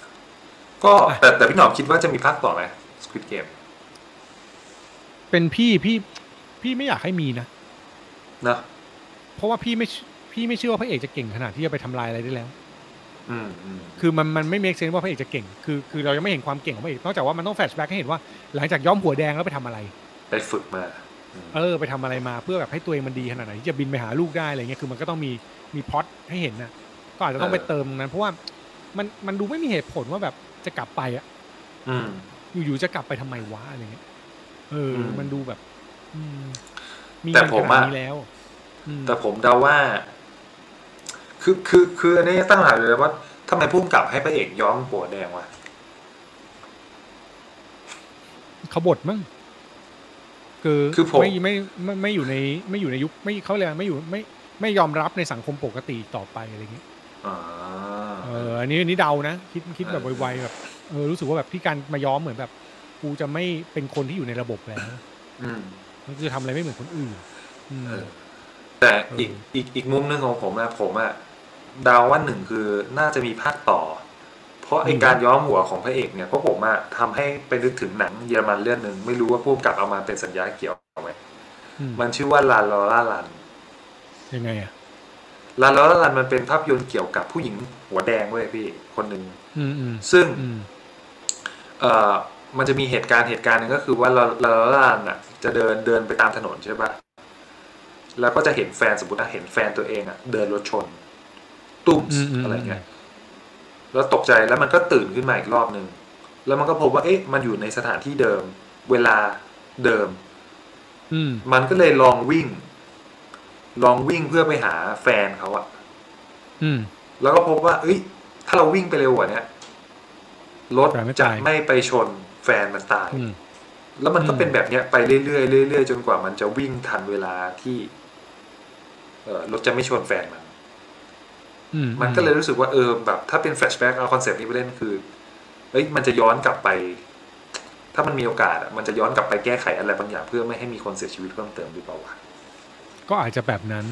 Speaker 3: ก็แต่แต่พี่หนอมคิดว่าจะมีภาคต่อไหม Squid Game
Speaker 2: เป็นพี่พี่พี่ไม่อยากให้มีนะ
Speaker 3: เนอะ
Speaker 2: เพราะว่าพี่ไม่เชื่อพี่ไม่เชื่อว่าพระเอกจะเก่งขนาดที่จะไปทำลายอะไรได้แล้ว
Speaker 3: อืมอืม
Speaker 2: คือมันมันไม่ make sense ว่าพระเอกจะเก่ง คือคือเรายังไม่เห็นความเก่งของพระเอกนอกจากว่ามันต้อง flashback ให้เห็นว่าหลังจากย้อมหัวแดงแล้วไปทำอะไร
Speaker 3: ได้ฝึกมาอืม
Speaker 2: เออไปทำอะไรมาเพื่อแบบให้ตัวเองมันดีขนาดไหนที่จะบินไปหาลูกได้อะไรเงี้ยคือมันก็ต้องมีมีพล็อตให้เห็นนะก็อาจจะต้องไปเติมตรงนั้น เพราะว่ามันมันดูไม่มีเหตุผลว่าแบบจะกลับไปอะ
Speaker 3: อืม
Speaker 2: อยู่ๆจะกลับไปทำไมวะอะไรเงี้ยเอออ
Speaker 3: ม
Speaker 2: มันดูแบบ อืมมี
Speaker 3: แต่
Speaker 2: มันข
Speaker 3: ผม
Speaker 2: นา
Speaker 3: อะ
Speaker 2: ดนี้แล้วอืม
Speaker 3: แต่ผมเดาว่า คือคือคืออันนี้ตั้งคำถามเลยว่าทำไมพุ่มกลับให้พระเอกย้อมหัวแดงวะ
Speaker 2: ขบฏมั้งคือ
Speaker 3: คือผม
Speaker 2: ไม่ไม่ไม่ไม่อยู่ในไม่อยู่ในยุคไม่เขาเรียกอะไรไม่อยู่ไม่ไม่ยอมรับในสังคมปกติต่อไปอะไรเงี้ย
Speaker 3: อ๋อ
Speaker 2: เอออันนี้อันนี้เดานะคิดคิดแบบ
Speaker 3: เออ
Speaker 2: ไวๆแบบเออรู้สึกว่าแบบพี่การมาย้อมเหมือนแบบกูจะไม่เป็นคนที่อยู่ในระบบแล้ว
Speaker 3: อืม
Speaker 2: มันจะทำอะไรไม่เหมือนคนอื่นอืม
Speaker 3: เออ แต่อีก
Speaker 2: เอออี
Speaker 3: อีกอีกมุมหนึงของผมนะผมอะเดาว่าหนึ่งคือน่าจะมีภาคต่อ เพราะไอการย้อมหัวของพระเอกเนี่ยเพราะผมอะทำให้ไปนึกถึงหนังเยอรมันเรื่องหนึ่งไม่รู้ว่าพุ่มกลับเอามาเป็นสัญญาเกี่ยวไหม
Speaker 2: ม
Speaker 3: มันชื่อว่าลาลอล่าลัน
Speaker 2: ยังไงอ่ะ
Speaker 3: ลาลอล่าลันมันเป็นภาพยนตร์เกี่ยวกับผู้หญิงหัวแดงเว้ยพี่คนหนึ่ง
Speaker 2: อืมอืม
Speaker 3: ซึ่ง
Speaker 2: อืม
Speaker 3: เอ่อมันจะมีเหตุการณ์เหตุการณ์หนึ่งก็คือว่าลาลาลอล่าลันอ่ะ จะเดินเดินไปตามถนนใช่ปะแล้วก็จะเห็นแฟนสมมตินะเห็นแฟนตัวเองอ่ะเดินรถชน ตุ้ม
Speaker 2: อืมอืม
Speaker 3: อะไรเงี้ย แล้วตกใจแล้วมันก็ตื่นขึ้นมาอีกรอบหนึ่งแล้วมันก็พบว่าเอ๊ะมันอยู่ในสถานที่เดิม เวลาเดิม
Speaker 2: อืม
Speaker 3: มันก็เลยลองวิ่ง ลองวิ่งเพื่อไปหาแฟนเขาอะ
Speaker 2: อืม
Speaker 3: แล้วก็พบว่า เอ้ย ถ้าเราวิ่งไปเร็วกว่าเนี้ยรถ
Speaker 2: แฟนไม่
Speaker 3: จะ
Speaker 2: ตาย
Speaker 3: ไม่ไปชนแฟนมันตาย
Speaker 2: อืม
Speaker 3: แล้วมันก็
Speaker 2: อืม
Speaker 3: เป็นแบบเนี้ยไปเรื่อยๆเรื่อยๆจนกว่ามันจะวิ่งทันเวลาที่ เอ่อรถจะไม่ชนแฟนมัน
Speaker 2: อืม
Speaker 3: มันก็เลยรู้สึกว่าเออแบบ ถ้าเป็นแฟลชแบ็กเอาคอนเซปต์นี้ไปเล่นคือ เอ้ย มันจะย้อนกลับไป ถ้ามันมีโอกาสอะมันจะย้อนกลับไปแก้ไขอะไรบางอย่างเพื่อไม่ให้มีคนเสียชีวิตเพิ่มเติมหรือเปล่าวะ
Speaker 2: ก็อาจจะแบบนั้น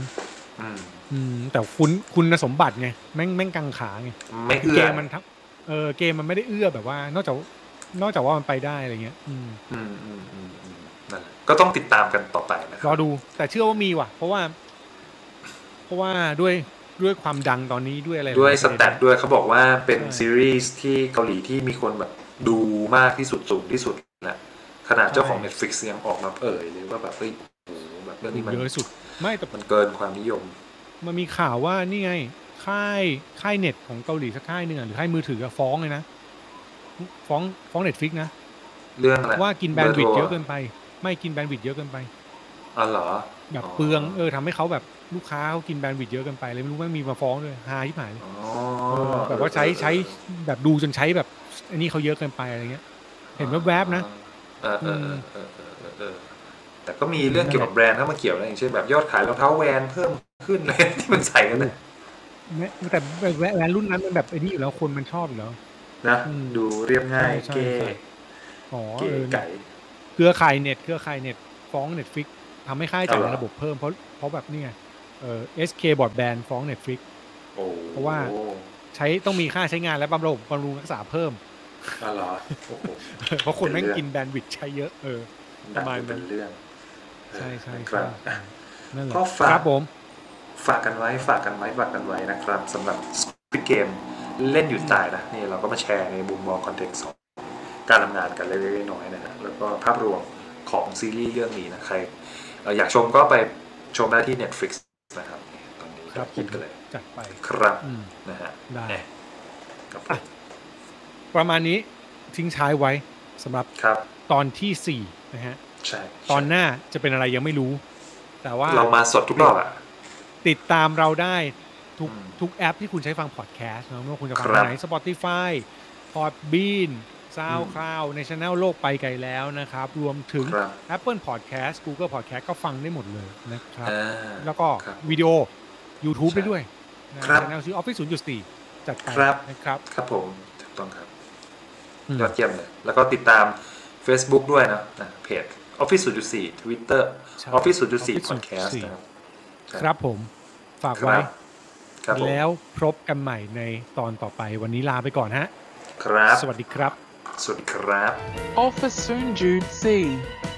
Speaker 3: อืม
Speaker 2: อืม แต่คุณคุณสมบัติไงแม่งแม่งกังขาไง
Speaker 3: ไม่
Speaker 2: คือ
Speaker 3: เอื้อ
Speaker 2: เกมมันทั้งเออเกมมันไม่ได้เอื้อแบบว่า นอกจากนอกจากว่ามันไปได้อะไรเงี้ยอืม
Speaker 3: อืมอืมอืมอืมนั่นแหละก็ต้องติดตามกันต่อไปนะค
Speaker 2: ร
Speaker 3: รับ
Speaker 2: อดูแต่เชื่อว่ามีว่ะ เพราะว่า เพราะว่าด้วยด้วยความดังตอนนี้ด้วยอะไร
Speaker 3: ด้วย
Speaker 2: ห
Speaker 3: ส
Speaker 2: ลายๆ
Speaker 3: แตทด้วยเขาบอกว่าเป็น
Speaker 2: ใช่
Speaker 3: ซีรีส์ที่เกาหลีที่มีคนแบบดูมากที่สุดสูงที่สุดนะขนาดเจ้าของ
Speaker 2: ใช่
Speaker 3: Netflix ยังออกมาเอ่ยเลยว่าแบบเฮ้ยโอ้โหแบบเรื่องนี้มัน
Speaker 2: เยอะสุด ไม่แต่
Speaker 3: มันเกินความนิยม
Speaker 2: มันมีข่าวว่านี่ไง ค่ายค่ายเน็ตของเกาหลีสักค่ายหนึ่งอะหรือค่ายมือถืออะฟ้องเลยนะ ฟ้องฟ้องเน็ตฟิกนะ
Speaker 3: เรื่องอะไร
Speaker 2: ว่ากินแบนด์วิดต์เยอะเกิ
Speaker 3: น
Speaker 2: นไป ไม่กินแบนด์วิดต์เยอะเกินไป
Speaker 3: อ๋อเหรอ
Speaker 2: แบบเปลืองเออทำให้เขาแบบลูกค้าเขากินแบนด์วิดต์เยอะเกินไปเลยไม่รู้แม่งมีมาฟ้องด้วยฮาที่หายเลย
Speaker 3: อ๋อ
Speaker 2: แบบว่าใช้ใช้แบบดูจนใช้แบบอันนี้เขาเยอะเกินไปอะไรเงี้ย เห็นแวบๆนะ
Speaker 3: เออเออเออเออเออเออแต่ก็มีเรื่องเกี่ยวกับแบรนด์เข้ามาเกี่ยวนะอย่างเช่นแบบยอดขายรองเท้าแวนเพิ่มขึ้นอะไรที่มันใส่กันนะ
Speaker 2: แม้แต่แหวนรุ่นนั้นมันแบบไอ้นี่อยู่แล้วคนมันชอบอยู่แล้ว
Speaker 3: นะ
Speaker 2: อืม
Speaker 3: ดูเรียบง่าย
Speaker 2: ใช่
Speaker 3: เก๋
Speaker 2: ใช่ อ๋อ
Speaker 3: เก๋
Speaker 2: เออเนี่ย
Speaker 3: ไก่
Speaker 2: เครือข่ายเน็ตเครือข่ายเน็ตฟ้องเน็ตฟิกทำให้ค่าใช้จ่าย
Speaker 3: เอาเหรอ
Speaker 2: ในระบบเพิ่มเพราะเพราะแบบนี่ไงเออ SK Broadband ฟ้องเน็ตฟิก
Speaker 3: โอ้
Speaker 2: เพราะว่า ใช้ต้องมีค่าใช้งานและบำรุงบำรุงรักษาเพิ่ม
Speaker 3: อ๋อเหรอโอ้โห
Speaker 2: เพราะคนแม่ง
Speaker 3: เป็นเรื่อง
Speaker 2: กินแบนด์วิดต์ใช้เยอะเออ
Speaker 3: ดัง
Speaker 2: ประมาณนั้
Speaker 3: เป็นนเรื่อง
Speaker 2: ใช่ใช่
Speaker 3: ครั
Speaker 2: ใช่
Speaker 3: บ
Speaker 2: นั่นแหละ
Speaker 3: ก็ฝาก
Speaker 2: ครับผม
Speaker 3: ฝากกันไว้ ฝากกันไว้ ฝากกันไว้นะครับสำหรับ Squid Game เล่นหยุดตายนะนี่เราก็มาแชร์ในมุมมองคอนเทกต์ของการทำงานกันเล็กๆน้อยๆนะฮะแล้วก็ภาพรวมของซีรีส์เรื่องนี้นะใครเอ่ออยากชมก็ไปชมได้ที่ Netflix นะครับนี่ตอนนี้
Speaker 2: ครับผ
Speaker 3: คิด
Speaker 2: ม
Speaker 3: กันเลย
Speaker 2: จัดไป
Speaker 3: ครับ
Speaker 2: อืม
Speaker 3: นะฮะ
Speaker 2: ได้
Speaker 3: เนี่ยครับผม
Speaker 2: ประมาณนี้ทิ้งท้ายไว้สำหรับ
Speaker 3: ครับ
Speaker 2: ตอนที่ 4 นะฮะ
Speaker 3: ใช่
Speaker 2: ตอนหน้าจะเป็นอะไรยังไม่รู้ แต่ว่า
Speaker 3: เรามาสดทุกรอบอ่ะ
Speaker 2: ติดตามเราได้ทุก
Speaker 3: อืม
Speaker 2: ทุกแอปที่คุณใช้ฟังพอดแคสต์นะไม่ว่าคุณจะฟัง
Speaker 3: ครับ
Speaker 2: ไหน Spotify Podbean SoundCloud ในช anel โลกไปไกลแล้วนะครับ รวมถึง
Speaker 3: ครับ
Speaker 2: Apple Podcast Google Podcast ก็ฟังได้หมดเลยนะครับ
Speaker 3: อ่า
Speaker 2: แล้วก็
Speaker 3: ครับ
Speaker 2: วิดีโอ YouTube
Speaker 3: ใช่
Speaker 2: ได้ด้วยนะครับ แนวชื่อ Office 0.4 จัดไป
Speaker 3: ครับ
Speaker 2: นะครับ
Speaker 3: ครับผมถูกต้องครับ
Speaker 2: อืม
Speaker 3: ยอดเยี่ยมเลย แล้วก็ติดตาม Facebook ด้วยนะนะ เพจ Office 0.4 Twitter
Speaker 2: ใช่
Speaker 3: Office
Speaker 2: 0.4
Speaker 3: 0.4 Podcast นะครับ
Speaker 2: ครับผมฝาก
Speaker 3: ครั
Speaker 2: ไว้
Speaker 3: บครับผม
Speaker 2: แล้วพบกันใหม่ในตอนต่อไปวันนี้ลาไปก่อนฮะ
Speaker 3: ครับ
Speaker 2: สวัสดีครับ
Speaker 3: สวัสดีครับ
Speaker 1: Office Soon Jude C.